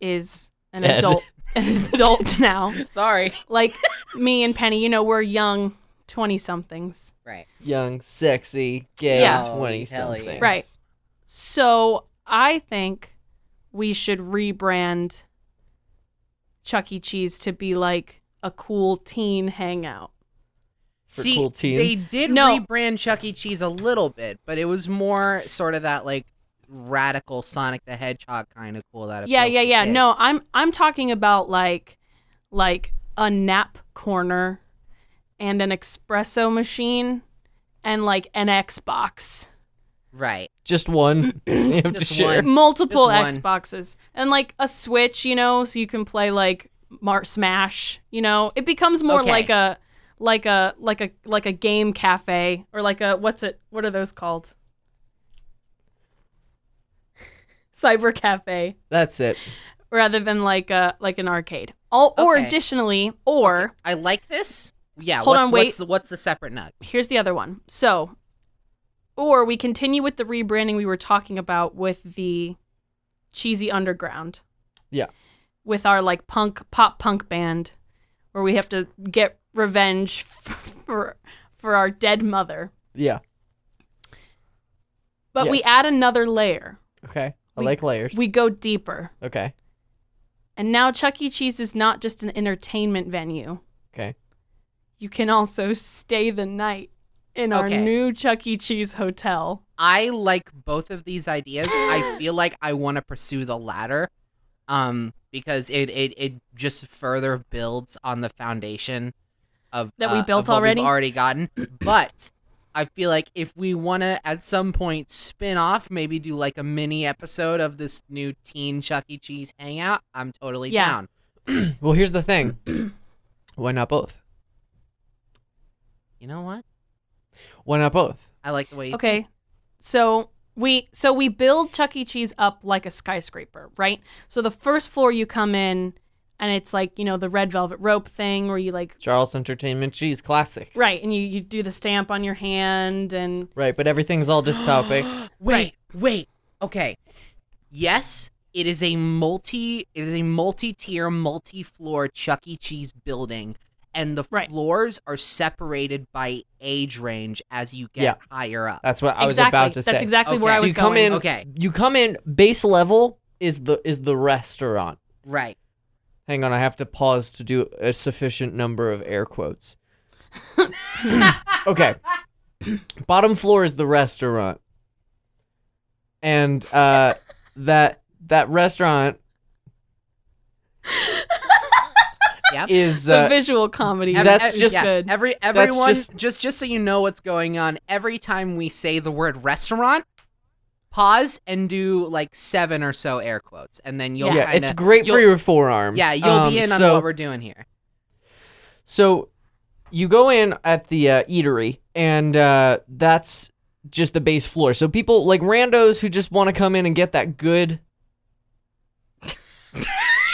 S1: is an
S5: Dead.
S1: adult, an adult now.
S2: Sorry.
S1: like me and Penny, you know, we're young 20 somethings.
S2: Right.
S5: Young, sexy, gay,
S1: Yeah.
S5: twenty
S2: Hell yeah.
S5: something.
S1: Right. So I think we should rebrand Chuck E. Cheese to be like a cool teen hangout.
S5: For
S2: See,
S5: cool
S2: they
S5: teens?
S2: did
S1: No.
S2: rebrand Chuck E. Cheese a little bit, but it was more sort of that like radical Sonic the Hedgehog kind of cool. That
S1: yeah,
S2: appeals
S1: yeah,
S2: to
S1: yeah.
S2: kids.
S1: No, I'm I'm talking about like like a nap corner and an espresso machine and like an Xbox.
S2: right.
S5: Just one. you have to
S2: Just
S5: share.
S2: one.
S1: multiple
S2: Just
S1: Xboxes and like a Switch, you know, so you can play like Mar- Smash. You know, it becomes more
S2: Okay.
S1: like a like a like a like a game cafe or like a what's it? What are those called? Cyber cafe.
S5: That's it.
S1: rather than like a like an arcade. All, Or
S2: Okay.
S1: additionally, or
S2: I like this. Yeah.
S1: Hold
S2: what's,
S1: on, wait.
S2: What's the, what's the separate nug?
S1: here's the other one. So, or we continue with the rebranding we were talking about with the cheesy underground.
S5: Yeah.
S1: With our like punk pop punk band, where we have to get revenge for for our dead mother.
S5: Yeah.
S1: But we
S5: Yes.
S1: add another layer.
S5: Okay. I
S1: We-
S5: like layers.
S1: We go deeper.
S5: okay.
S1: And now Chuck E. Cheese is not just an entertainment venue.
S5: Okay.
S1: You can also stay the night in our
S2: Okay.
S1: new Chuck E. Cheese hotel.
S2: I like both of these ideas. I feel like I want to pursue the latter, um, because it, it it just further builds on the foundation of
S1: That we
S2: uh,
S1: built
S2: of what
S1: already?
S2: We've already gotten, but I feel like if we want to at some point spin off, maybe do like a mini episode of this new teen Chuck E. Cheese hangout. I'm totally
S1: Yeah.
S2: down.
S5: Well, here's the thing. Why not both?
S2: You know what?
S5: Why not both?
S2: I like the way. You
S1: Okay. So we so we build Chuck E. Cheese up like a skyscraper, right? So the first floor you come in and it's like, you know, the red velvet rope thing where you like
S5: Charles Entertainment Cheese Classic. Right,
S1: right, and you, you do the stamp on your hand and
S5: but everything's all dystopic.
S2: Wait, wait. Okay. Yes, it is a multi it is a multi-tier, multi-floor Chuck E. Cheese building. And the
S1: Right.
S2: floors are separated by age range as you get
S5: Yeah.
S2: higher up.
S5: That's what I was
S1: exactly
S5: about to say.
S1: that's exactly where
S2: Okay.
S1: I
S5: so
S1: was
S5: you come
S1: going.
S5: in
S2: Okay.
S5: you come in base level is the is the restaurant.
S2: Right.
S5: Hang on, I have to pause to do a sufficient number of air quotes. okay. Bottom floor is the restaurant. And uh that that restaurant
S2: Yep.
S5: is
S1: The
S5: uh,
S1: visual comedy.
S5: Ev-
S1: That's
S5: Ev-
S1: just
S2: e-, yeah,
S1: good.
S2: Every everyone
S5: just-
S2: just... just so you know what's going on, every time we say the word restaurant, pause and do like seven or so air quotes. And then you'll
S5: yeah,
S2: kinda,
S5: it's great for
S2: you'll-
S5: your forearms.
S2: Yeah, you'll
S5: Um,
S2: be in on
S5: so-
S2: what we're doing here.
S5: So you go in at the uh, eatery, and uh, that's just the base floor. So people like randos who just want to come in and get that good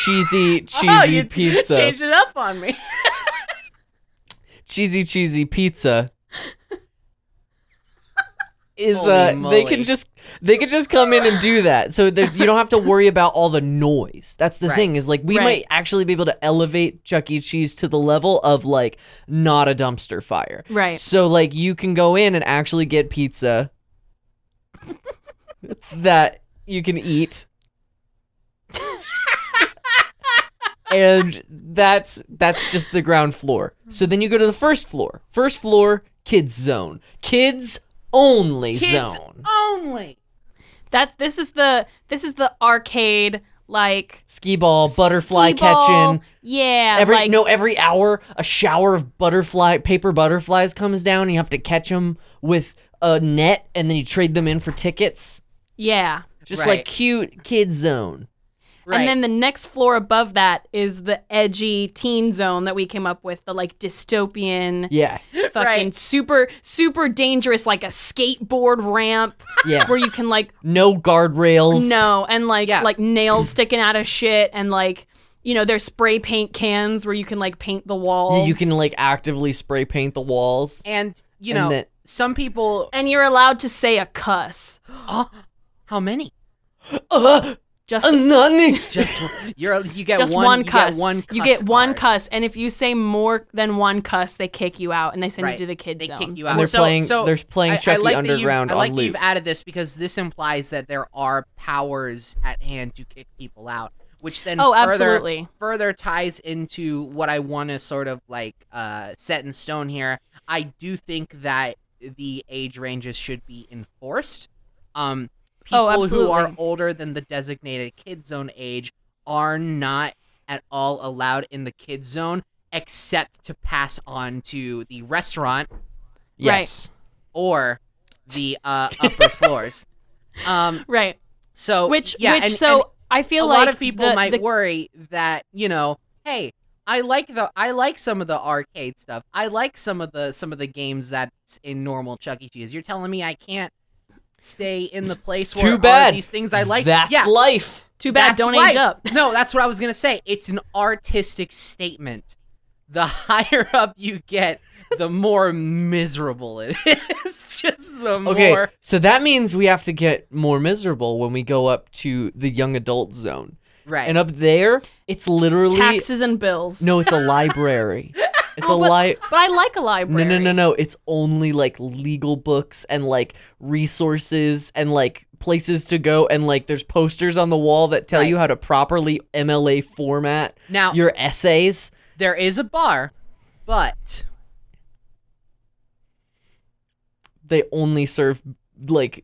S5: cheesy, cheesy
S2: oh, you
S5: pizza,
S2: changed it up on me.
S5: cheesy, cheesy pizza. Is
S2: Holy
S5: uh they
S2: moly.
S5: can just they can just come in and do that. So there's you don't have to worry about all the noise. That's the
S2: Right.
S5: thing is like we
S1: Right.
S5: might actually be able to elevate Chuck E. Cheese to the level of like not a dumpster fire.
S1: right.
S5: So like you can go in and actually get pizza that you can eat. and that's that's just the ground floor. So then you go to the first floor. First floor kids zone. Kids only
S2: Kids
S5: zone.
S2: only.
S1: That's this is the this is the arcade like
S5: Ski ball, butterfly
S1: skee ball.
S5: catching.
S1: Yeah,
S5: Every
S1: like
S5: no, every hour a shower of butterfly paper butterflies comes down. And you have to catch them with a net, and then you trade them in for tickets.
S1: yeah.
S5: Just like
S2: Right.
S5: cute kid zone.
S2: Right.
S1: And then the next floor above that is the edgy teen zone that we came up with, the like dystopian,
S5: Yeah.
S1: fucking super, super dangerous, like a skateboard ramp
S5: Yeah.
S1: where you can like
S5: no guardrails.
S1: no and like
S2: Yeah.
S1: like nails sticking out of shit and like you know there's spray paint cans where you can like paint the walls.
S5: You can like actively spray paint the walls.
S2: and you
S5: And
S2: know,
S5: that-
S2: some people.
S1: and you're allowed to say a cuss.
S2: Oh, how many?
S5: Uh,
S1: Just
S5: a nanny.
S2: Just one- you're you get
S1: just
S2: one,
S1: one, cuss.
S2: You get one. Cuss
S1: one
S2: card.
S1: cuss, and if you say more than one cuss, they kick you out and they send
S2: Right.
S1: you to the kids
S2: They
S1: zone.
S2: kick you out.
S5: And they're
S2: so,
S5: playing.
S2: So
S5: they're
S2: I,
S5: playing
S2: I
S5: Chucky
S2: like that you've-
S5: Underground
S2: I like
S5: on
S2: that
S5: loop.
S2: you've added this because this implies that there are powers at hand to kick people out, which then
S1: Oh,
S2: further,
S1: absolutely.
S2: further ties into what I want to sort of like uh, set in stone here. I do think that the age ranges should be enforced. Um, people
S1: Oh,
S2: who are
S1: absolutely.
S2: older than the designated kid zone age are not at all allowed in the kid zone except to pass on to the restaurant
S5: yes.
S2: or the uh, upper floors. Um,
S1: Right.
S2: so
S1: Which
S2: yeah,
S1: which
S2: and-
S1: so
S2: and
S1: I feel
S2: a
S1: like
S2: lot of people
S1: the-
S2: might
S1: the-
S2: worry that you know, hey, I like the I like some of the arcade stuff. I like some of the some of the games that's in normal Chuck E. Cheese. You're telling me I can't stay in the place where
S5: Too
S2: are
S5: bad.
S2: these things I like.
S5: That's
S2: yeah,
S5: life.
S1: Too bad.
S2: that's
S1: don't
S2: life.
S1: age up.
S2: no, that's what I was gonna say. It's an artistic statement. The higher up you get, the more miserable it is. Just the
S5: Okay,
S2: more
S5: so that means we have to get more miserable when we go up to the young adult zone.
S2: right.
S5: And up there, it's literally
S1: Taxes and bills.
S5: No, it's a library. It's a
S1: Oh, but-
S5: li
S1: But I like a library.
S5: No, no, no, no. It's only like legal books and like resources and like places to go and like there's posters on the wall that tell
S2: Right.
S5: you how to properly MLA format
S2: now
S5: your essays.
S2: there is a bar, but
S5: They only serve like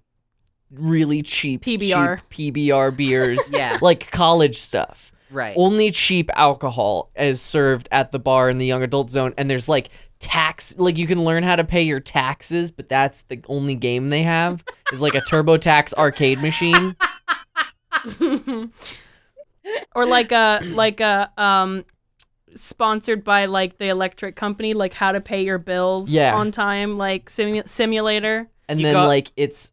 S5: really cheap
S1: PBR.
S5: cheap PBR beers,
S2: yeah,
S5: like college stuff.
S2: right.
S5: Only cheap alcohol is served at the bar in the young adult zone and there's like tax like you can learn how to pay your taxes, but that's the only game they have is like a TurboTax arcade machine.
S1: or like a like a um sponsored by like the electric company like how to pay your bills
S5: Yeah.
S1: on time like simu- simulator
S5: and
S2: You
S5: then
S2: got-
S5: like it's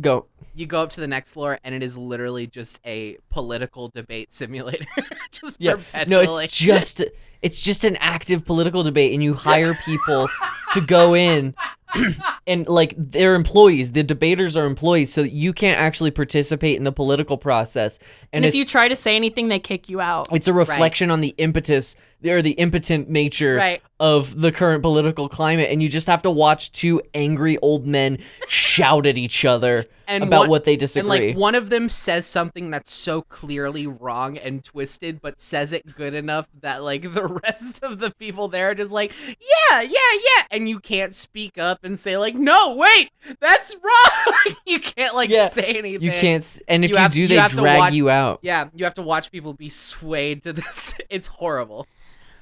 S5: go
S2: you go up to the next floor and it is literally just a political debate simulator just
S5: yeah no
S2: perpetually
S5: it's just it's just an active political debate and you hire people to go in and like they're employees the debaters are employees so you can't actually participate in the political process
S1: and,
S5: and,
S1: if
S5: it's
S1: you try to say anything they kick you out
S5: it's a reflection on the impetus or the impotent nature
S2: right
S5: of the current political climate and you just have to watch two angry old men shout at each other
S2: and
S5: about
S2: one,
S5: what they
S2: and
S5: disagree
S2: like one of them says something that's so clearly wrong and twisted but says it good enough that like the rest of the people there are just like yeah yeah yeah and you can't speak up and say like no wait that's wrong you can't like
S5: Yeah.
S2: say anything
S5: you can't s- and if
S2: You
S5: you,
S2: have-
S5: do
S2: you
S5: they
S2: have to
S5: drag
S2: watch-
S5: you out
S2: yeah you have to watch people be swayed to this it's horrible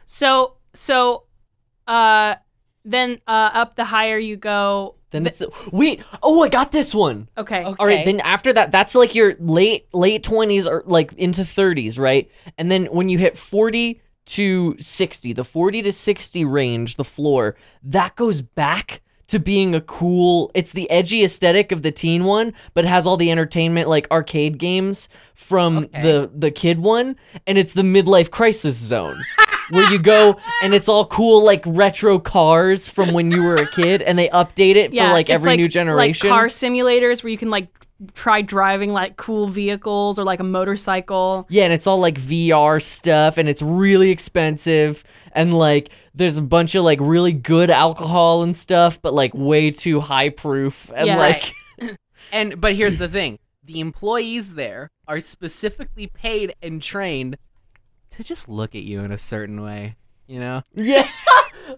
S1: so so uh then uh up the higher you go
S5: Then it's the, wait. Oh, I got this one.
S1: okay
S5: All right. Then after that, that's like your late late twenties or like into thirties, right? And then when you hit forty to sixty, the forty to sixty range, the floor that goes back to being a cool. It's the edgy aesthetic of the teen one, but has all the entertainment like arcade games from
S2: Okay.
S5: the the kid one, and it's the midlife crisis zone where you go and it's all cool like retro cars from when you were a kid and they update it
S1: yeah
S5: for like
S1: it's
S5: every new generation
S1: like car simulators where you can like try driving like cool vehicles or like a motorcycle
S5: yeah and it's all like vr stuff and it's really expensive and like there's a bunch of like really good alcohol and stuff but like way too high proof and
S1: Yeah.
S5: like
S2: Right. And but here's the thing: the employees there are specifically paid and trained to just look at you in a certain way. You know,
S5: yeah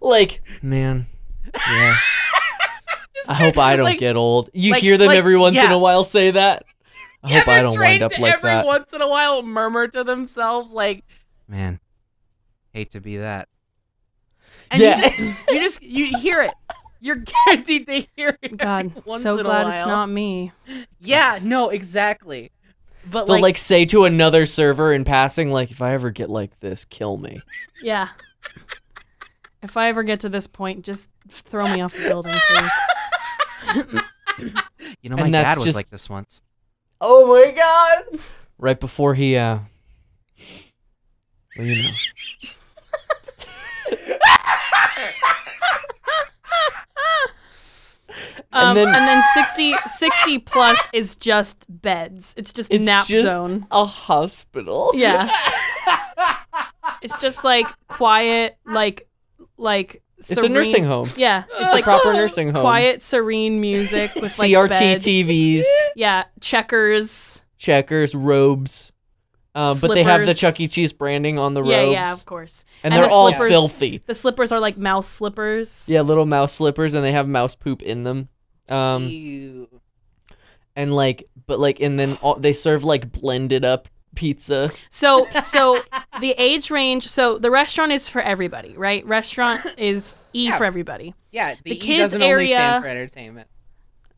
S5: like man yeah I hope I don't
S2: like-
S5: get old. You
S2: like-
S5: hear them
S2: like-
S5: every once in
S2: yeah.
S5: a while say that. I hope I don't wind up like
S2: every
S5: that.
S2: once in a while murmur to themselves like, "Man, hate to be that." And
S5: Yeah.
S2: you just you just you hear it. You're guaranteed to hear it.
S1: god
S2: Once
S1: so
S2: in a
S1: glad it's
S2: while.
S1: not me
S2: Yeah, no, exactly. But
S5: They'll
S2: like,
S5: like, say to another server in passing, like, if I ever get like this, kill me.
S1: Yeah. If I ever get to this point, just throw me off the building, please.
S2: you know,
S5: and
S2: my
S5: that's
S2: dad was
S5: just-
S2: like this once.
S5: Oh my god! Right before he, uh, well, you know,
S1: Um, and,
S5: And
S1: Um, then,
S5: then-
S1: 60, 60 plus is just beds. It's just
S5: it's
S1: nap
S5: just
S1: zone.
S5: a hospital.
S1: Yeah. it's just like quiet, like, like.
S5: it's a nursing home.
S1: Yeah, it's
S5: It's a
S1: like
S5: proper nursing home.
S1: quiet, serene music with like
S5: CRT
S1: beds.
S5: TVs,
S1: Yeah, checkers.
S5: checkers, robes. Um, but they have the
S1: Slippers.
S5: Chuck E. Cheese branding on the robes,
S1: Yeah, yeah, of course.
S5: and,
S1: And
S5: they're
S1: the
S5: all
S1: slippers.
S5: filthy.
S1: The slippers are like mouse slippers.
S5: Yeah, little mouse slippers, and they have mouse poop in them. Um,
S2: Ew.
S5: and like but like and then all, they serve like blended up pizza
S1: So so the age range so the restaurant is for everybody, right? Restaurant is E
S2: Yeah.
S1: for everybody.
S2: Yeah, the,
S1: The
S2: E
S1: kids
S2: doesn't only
S1: area-
S2: stand for entertainment.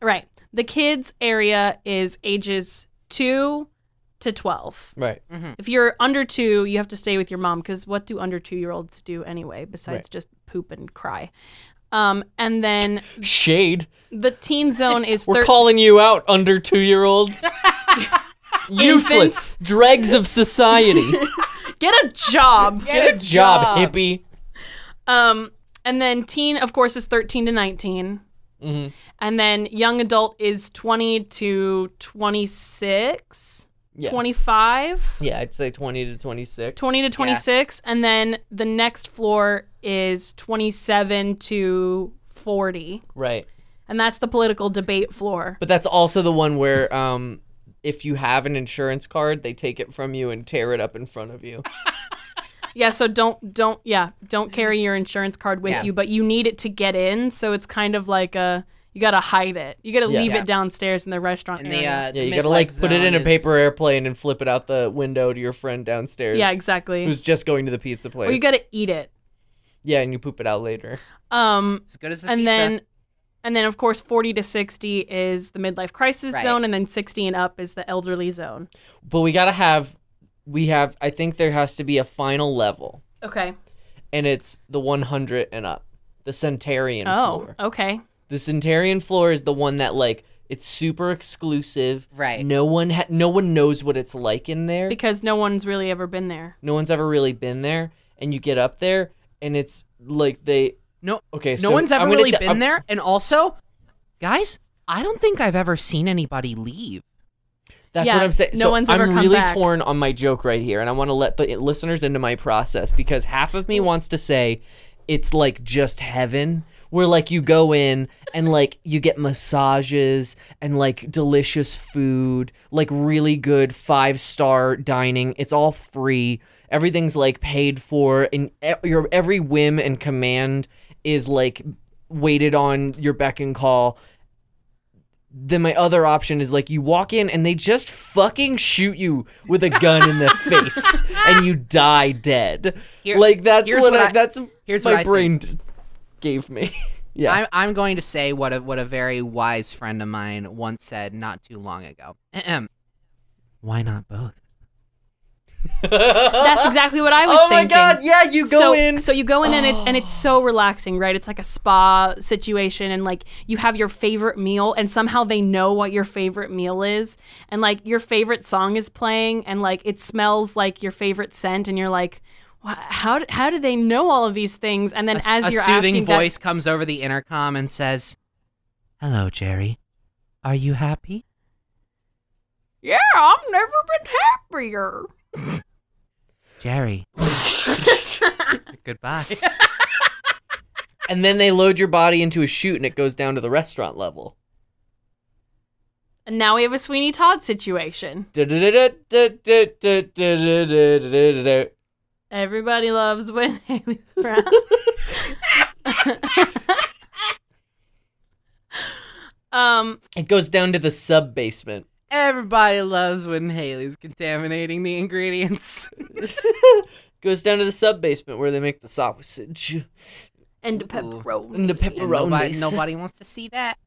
S1: Right. The kids area is ages 2 to 12.
S5: right
S1: If you're under 2, you have to stay with your mom cuz what do under 2-year-olds do anyway besides
S5: Right.
S1: just poop and cry? Um, and then
S5: Shade.
S1: the teen zone is
S5: We're
S1: thir-
S5: calling you out, under two year olds. Useless.
S1: Infants.
S5: Dregs of society.
S1: get a job.
S5: Get a job, hippie.
S1: Um, and then teen, of course, is 13 to 19.
S5: Mhm.
S1: And then young adult is 20 to 26,
S5: Yeah.
S1: 25,
S5: Yeah, I'd say 20 to 26.
S1: 20 to 26. And then the next floor is 27 to 40.
S5: Right.
S1: And that's the political debate floor.
S5: But that's also the one where um if you have an insurance card, they take it from you and tear it up in front of you.
S1: Yeah, so don't don't yeah, don't carry your insurance card with
S2: Yeah.
S1: you, but you need it to get in, so it's kind of like a you got to hide it. You got to
S5: Yeah.
S1: leave
S2: Yeah.
S1: it downstairs in the restaurant
S2: And the,
S1: area.
S2: uh,
S5: Yeah,
S2: the
S5: you gotta like
S2: midlife
S5: put it in a
S2: zone
S5: paper
S2: is-
S5: airplane and flip it out the window to your friend downstairs.
S1: yeah, exactly.
S5: uh, Who's just going to the pizza place.
S1: Or you got to eat it.
S5: Yeah, and you poop it out later.
S1: Um,
S2: As good as the
S1: and
S2: pizza.
S1: then, and then of course, forty to sixty is the midlife crisis
S2: Right.
S1: zone, and then sixty and up is the elderly zone.
S5: But we gotta have we have I think there has to be a final level.
S1: Okay.
S5: And it's the one hundred and up. The centarian
S1: Oh,
S5: floor.
S1: okay.
S5: The Centurion floor is the one that like it's super exclusive.
S2: Right.
S5: No one ha- no one knows what it's like in there.
S1: Because no one's really ever been there.
S5: no one's ever really been there, and you get up there, and it's like they
S2: No-
S5: okay.
S2: no
S5: so
S2: one's
S5: I'm
S2: ever
S5: gonna
S2: really
S5: te-
S2: been
S5: I'm-
S2: there. And also, guys, I don't think I've ever seen anybody leave.
S5: That's
S1: Yeah,
S5: what I'm saying.
S1: no
S5: so
S1: one's ever
S5: I'm
S1: come
S5: really
S1: back.
S5: torn on my joke right here, and I want to let the listeners into my process because half of me wants to say it's like just heaven. Where like you go in and like you get massages and like delicious food, like really good five star dining. It's all free. Everything's like paid for, and e- your every whim and command is like waited on your beck and call then my other option is like you walk in and they just fucking shoot you with a gun in the face and you die dead.
S2: Here-
S5: like that's
S2: here's
S5: what,
S2: what
S5: I,
S2: I-
S5: that's
S2: here's
S5: my
S2: what I
S5: brain d- gave me. yeah.
S2: I'm, I'm going to say what a what a very wise friend of mine once said not too long ago. Ahem. Why not both?
S1: That's exactly what I was
S5: oh my
S1: thinking.
S5: god, yeah, you go
S1: so,
S5: in. Oh.
S1: So you go in and it's and it's so relaxing, right? It's like a spa situation and like you have your favorite meal and somehow they know what your favorite meal is and like your favorite song is playing and like it smells like your favorite scent and you're like "Wha- how do, how do they know all of these things? And then
S2: a, s-
S1: as
S2: a
S1: you're
S2: soothing
S1: asking that-
S2: voice comes over the intercom and says, "Hello, Jerry. Are you happy?"
S1: yeah, I've never been happier.
S2: Jerry. Goodbye.
S5: and then they load your body into a chute and it goes down to the restaurant level.
S1: And now we have a Sweeney Todd situation.
S5: That's
S1: Everybody loves when Haley Brown. um,
S5: It goes down to the sub basement.
S2: Everybody loves when Haley's contaminating the ingredients.
S5: goes down to the sub basement where they make the sausage
S1: and
S5: and
S1: pepperoni.
S5: the
S2: And nobody,
S5: pepperonis
S2: nobody wants to see that.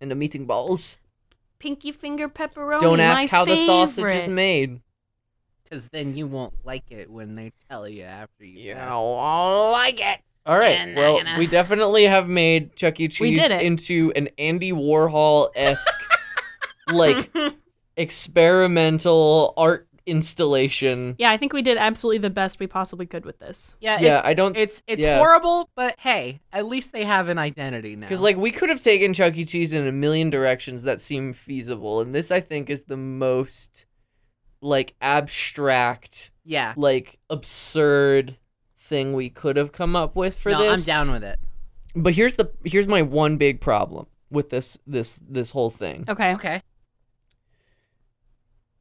S5: and the meeting balls.
S1: Pinky finger pepperoni.
S5: Don't ask
S1: Oh, my
S5: how the sausage is
S1: favorite.
S5: made.
S2: Because then you won't like it when they tell you after you.
S5: I like it. All right.
S2: Yeah, nah,
S5: well,
S2: nah.
S5: we definitely have made Chuck E.
S1: We
S5: Cheese
S1: did it.
S5: into an Andy Warhol esque, like experimental art installation.
S1: Yeah, I think we did absolutely the best we possibly could with this.
S2: Yeah,
S5: Yeah,
S2: it's,
S5: I don't
S2: it's it's
S5: yeah.
S2: horrible, but hey, at least they have an identity now.
S5: because like we could have taken Chuck E. Cheese in a million directions that seem feasible, and this I think is the most like abstract,
S2: yeah,
S5: like absurd thing we could have come up with for
S2: no,
S5: this.
S2: I'm down with it.
S5: but here's the here's my one big problem with this this this whole thing.
S1: Okay.
S2: Okay,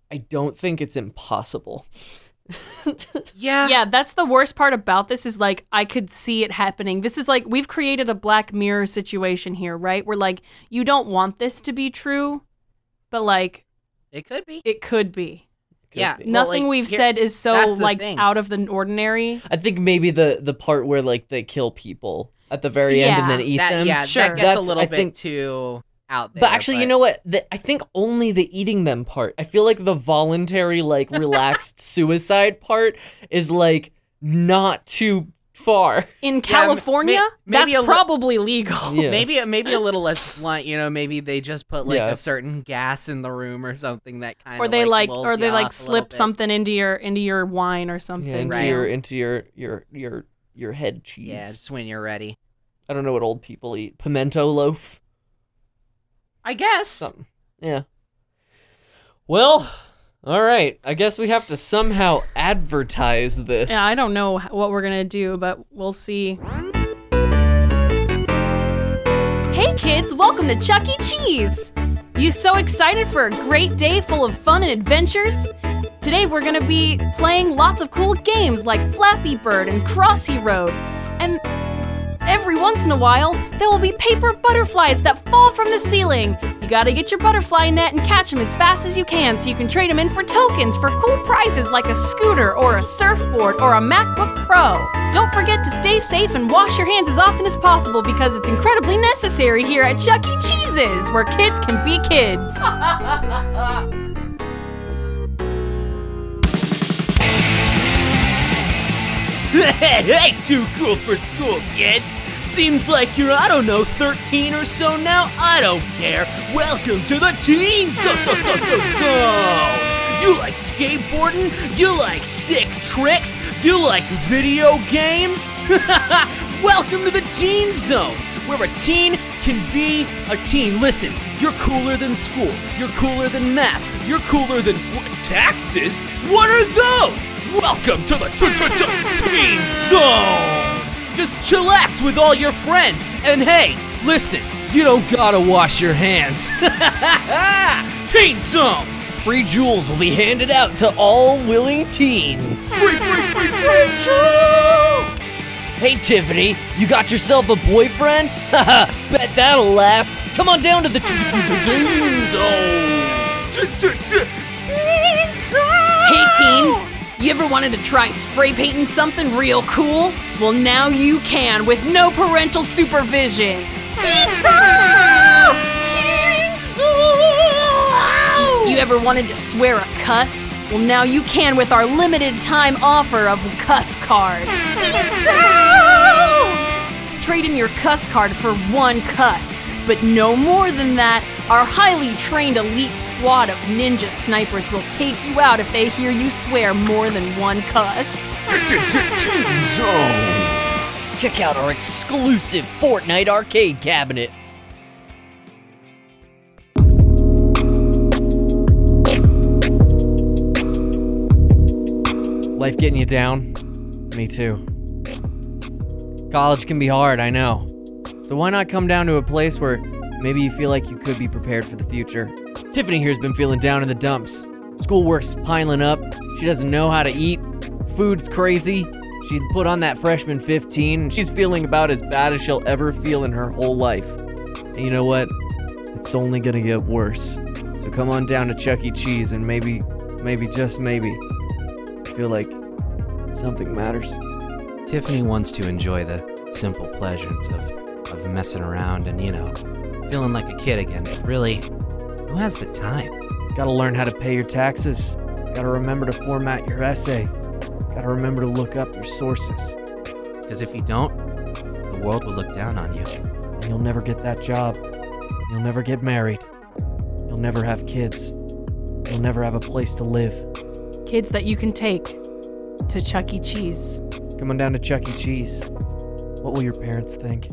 S5: I don't think it's impossible.
S2: yeah,
S1: Yeah, that's the worst part about this is like I could see it happening. This is like we've created a black mirror situation here, right? Where like you don't want this to be true, but like
S2: it could be.
S1: it could be.
S5: Could
S2: Yeah.
S5: be.
S2: Well,
S1: Nothing
S2: like,
S1: we've
S2: here-
S1: said is so
S2: that's the
S1: like
S2: thing.
S1: out of the ordinary.
S5: I think maybe the the part where like they kill people at the very end and
S1: Yeah.
S5: then eat
S2: that,
S5: them.
S2: Yeah,
S1: Sure.
S2: that gets
S5: That's-
S2: a little
S5: I
S2: bit
S5: think-
S2: too out there.
S5: But actually, you know what? The, I think only the eating them part. I feel like the voluntary, like relaxed suicide part is like not too far.
S1: In California,
S2: may- maybe
S1: that's
S2: a li-
S1: probably legal.
S5: Yeah.
S2: Maybe maybe a little less blunt, you know. Maybe they just put like
S5: Yeah.
S2: a certain gas in the room or something that kind of.
S1: Or they like,
S2: lulled
S1: or
S2: you
S1: they like
S2: off a little
S1: slip
S2: bit.
S1: something into your into your wine or something.
S5: Yeah, into
S2: Right.
S5: your into your your your your head cheese.
S2: Yeah, it's when you're ready.
S5: I don't know what old people eat. Pimento loaf.
S2: I guess.
S5: Something. Yeah. Well, all right. I guess we have to somehow advertise this.
S1: Yeah, I don't know h- what we're gonna do, but we'll see. Hey kids, welcome to Chuck E. Cheese! You so excited for a great day full of fun and adventures? Today we're gonna be playing lots of cool games like Flappy Bird and Crossy Road. And every once in a while, there will be paper butterflies that fall from the ceiling. You gotta get your butterfly net and catch them as fast as you can so you can trade them in for tokens for cool prizes like a scooter or a surfboard or a MacBook Pro. Don't forget to stay safe and wash your hands as often as possible because it's incredibly necessary here at Chuck E. Cheese's, where kids can be kids.
S2: hey, too cool for school, kids. Seems like you're, I don't know, 13 or so now? I don't care. Welcome to the Teen So So So So So! You like skateboarding? You like sick tricks? You like video games? Welcome to the Teen Zone, where a teen can be a teen. Listen, you're cooler than school. You're cooler than math. You're cooler than what, taxes. What are those? Welcome to the t- t- t- Teen Zone. Just chillax with all your friends. And hey, listen, you don't gotta wash your hands. teen Zone.
S5: Free jewels will be handed out to all willing teens.
S2: Free, free, free, free jewels.
S5: Hey Tiffany, you got yourself a boyfriend? Haha, bet that'll last. Come on down to the teen zone.
S1: Hey teens, you ever wanted to try spray painting something real cool? Well, now you can with no parental supervision. You ever wanted to swear a cuss? Well, now you can with our limited time offer of cuss cards. Trade in your cuss card for one cuss, but no more than that. Our highly trained elite squad of ninja snipers will take you out if they hear you swear more than one cuss.
S5: Check out our exclusive Fortnite arcade cabinets. Life getting you down? Me too. College can be hard, I know. So why not come down to a place where maybe you feel like you could be prepared for the future? Tiffany here's been feeling down in the dumps. Schoolwork's piling up. She doesn't know how to eat. Food's crazy. She put on that freshman 15 and she's feeling about as bad as she'll ever feel in her whole life. And you know what? It's only going to get worse. So come on down to Chuck E. Cheese and maybe maybe just maybe I feel like something matters.
S2: Tiffany wants to enjoy the simple pleasures of, of messing around and, you know, feeling like a kid again. But really, who has the time?
S5: Got to learn how to pay your taxes. Got to remember to format your essay. Got to remember to look up your sources.
S2: Because if you don't, the world will look down on you.
S5: And you'll never get that job. You'll never get married. You'll never have kids. You'll never have a place to live.
S1: Kids that you can take to Chuck E. Cheese.
S5: Come on down to Chuck E. Cheese. What will your parents think?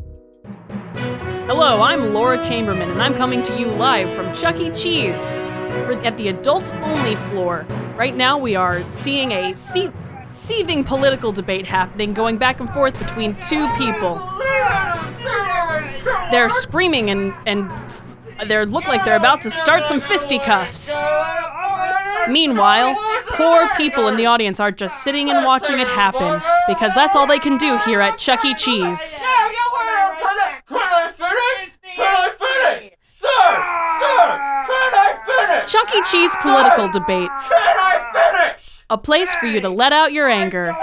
S1: Hello, I'm Laura Chamberman, and I'm coming to you live from Chuck E. Cheese for, at the adults only floor. Right now, we are seeing a se- seething political debate happening going back and forth between two people. They're screaming and, and they look like they're about to start some fisticuffs. Meanwhile, poor people in the audience are just sitting and watching it happen because that's all they can do here at Chuck E. Cheese. Chuck E. Cheese political debates. A place for you to let out your anger.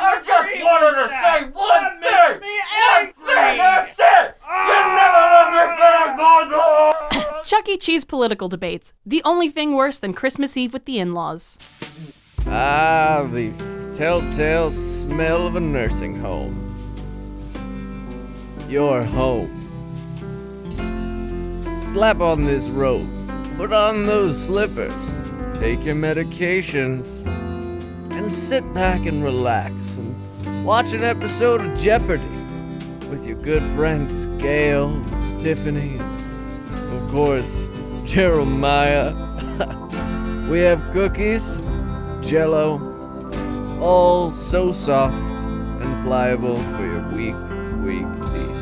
S1: Chuck E. Cheese political debates. The only thing worse than Christmas Eve with the in laws.
S5: Ah, the telltale smell of a nursing home. your home. Slap on this rope. Put on those slippers. Take your medications. And sit back and relax and watch an episode of Jeopardy with your good friends Gail, Tiffany, and of course, Jeremiah. we have cookies, jello, all so soft and pliable for your weak, weak teeth.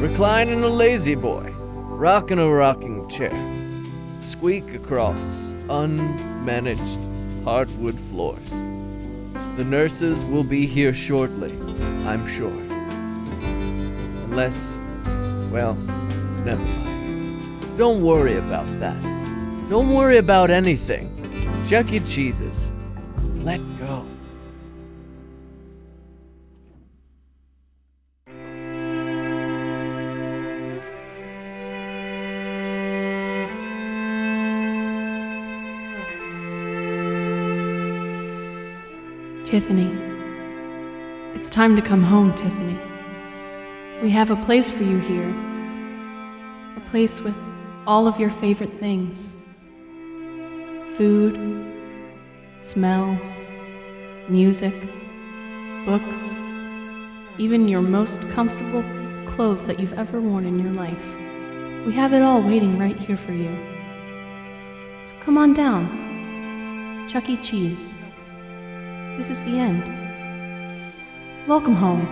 S5: Recline in a lazy boy, rock in a rocking chair, squeak across unmanaged hardwood floors. The nurses will be here shortly, I'm sure. Unless, well, never mind. Don't worry about that. Don't worry about anything. Chuck E. Cheese's. Let go.
S1: Tiffany. It's time to come home, Tiffany. We have a place for you here. A place with all of your favorite things food, smells, music, books, even your most comfortable clothes that you've ever worn in your life. We have it all waiting right here for you. So come on down. Chuck E. Cheese. This is the end. Welcome home.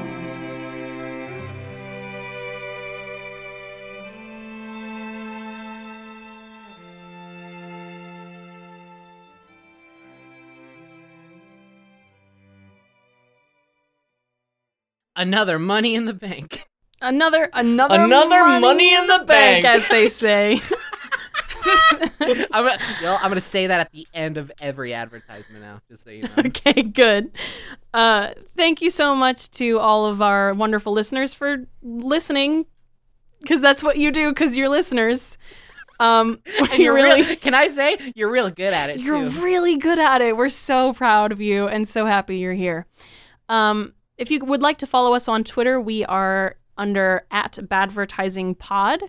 S2: Another money in the bank.
S1: Another, another,
S5: Another money in the bank.
S1: as they say.
S2: I'm gonna, y'all, I'm gonna say that at the end of every advertisement now, just so you know.
S1: okay, good. Uh, thank you so much to all of our wonderful listeners for listening, because that's what you do, because you're listeners. Um,
S2: And
S1: you're really,
S2: can I say you're real good at it
S1: you're
S2: too?
S1: really good at it. We're so proud of you and so happy you're here. Um, if you would like to follow us on Twitter, we are under at Badvertising Pod.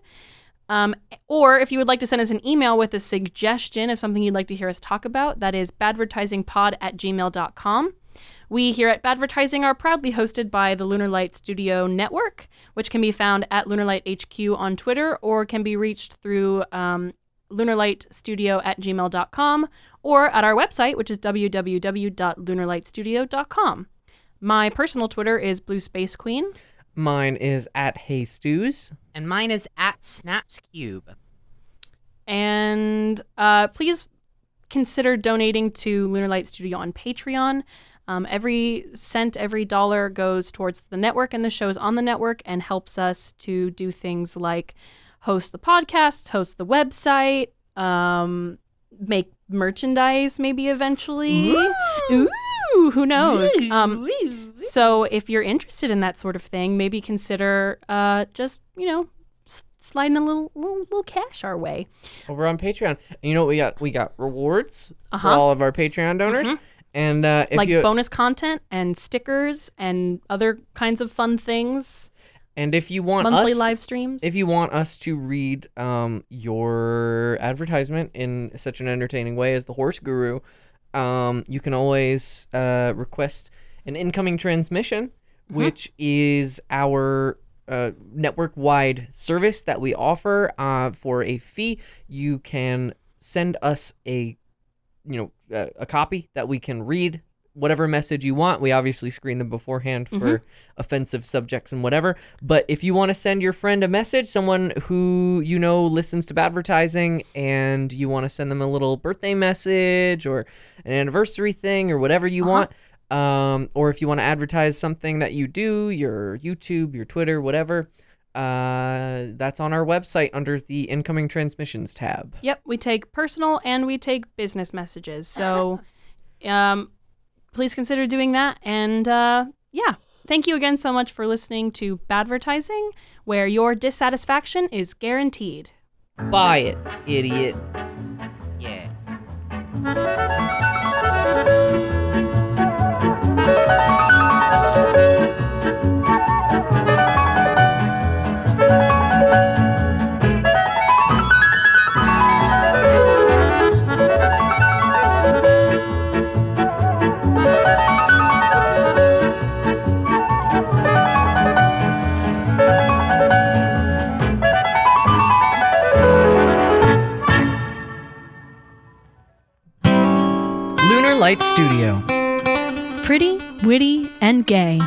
S1: Um, or if you would like to send us an email with a suggestion of something you'd like to hear us talk about, that is badvertisingpod at gmail.com. We here at Badvertising are proudly hosted by the Lunar Light Studio Network, which can be found at LunarLight HQ on Twitter or can be reached through um, lunarlightstudio at gmail.com or at our website, which is www.lunarlightstudio.com. My personal Twitter is Blue Space Queen.
S5: Mine is at Hey Stews.
S2: And mine is at Snaps Cube.
S1: And uh, please consider donating to Lunar Light Studio on Patreon. Um, every cent, every dollar goes towards the network and the shows on the network and helps us to do things like host the podcast, host the website, um, make merchandise maybe eventually. Ooh, who knows? Um, so if you're interested in that sort of thing, maybe consider uh, just, you know, s- sliding a little, little, little cash our way.
S5: over on Patreon. And you know what we got? We got rewards
S1: Uh-huh. Mm-hmm.
S5: for all of our Patreon donors. And uh, if
S1: like
S5: you
S1: bonus content and stickers and other kinds of fun things,
S5: and if you want
S1: monthly
S5: us,
S1: live streams.
S5: if you want us to read um, your advertisement in such an entertaining way as the Horse Guru, um, you can always uh, request an incoming transmission, which is our uh, network-wide service that we offer uh, for a fee. You can send us a you know uh, a, a copy that we can read whatever message you want we obviously screen them beforehand for offensive subjects and whatever but if you want to send your friend a message someone who you know listens to advertising and you want to send them a little birthday message or an anniversary thing or whatever you want um, or if you want to advertise something that you do your youtube your twitter whatever uh, that's on our website under the incoming transmissions tab
S1: yep, we take personal and we take business messages. So, um, please consider doing that. And uh, yeah, thank you again so much for listening to Badvertising, where your dissatisfaction is guaranteed.
S5: buy it idiot
S2: Yeah.
S8: Thank
S9: Light Studio.
S10: Pretty, witty, and gay.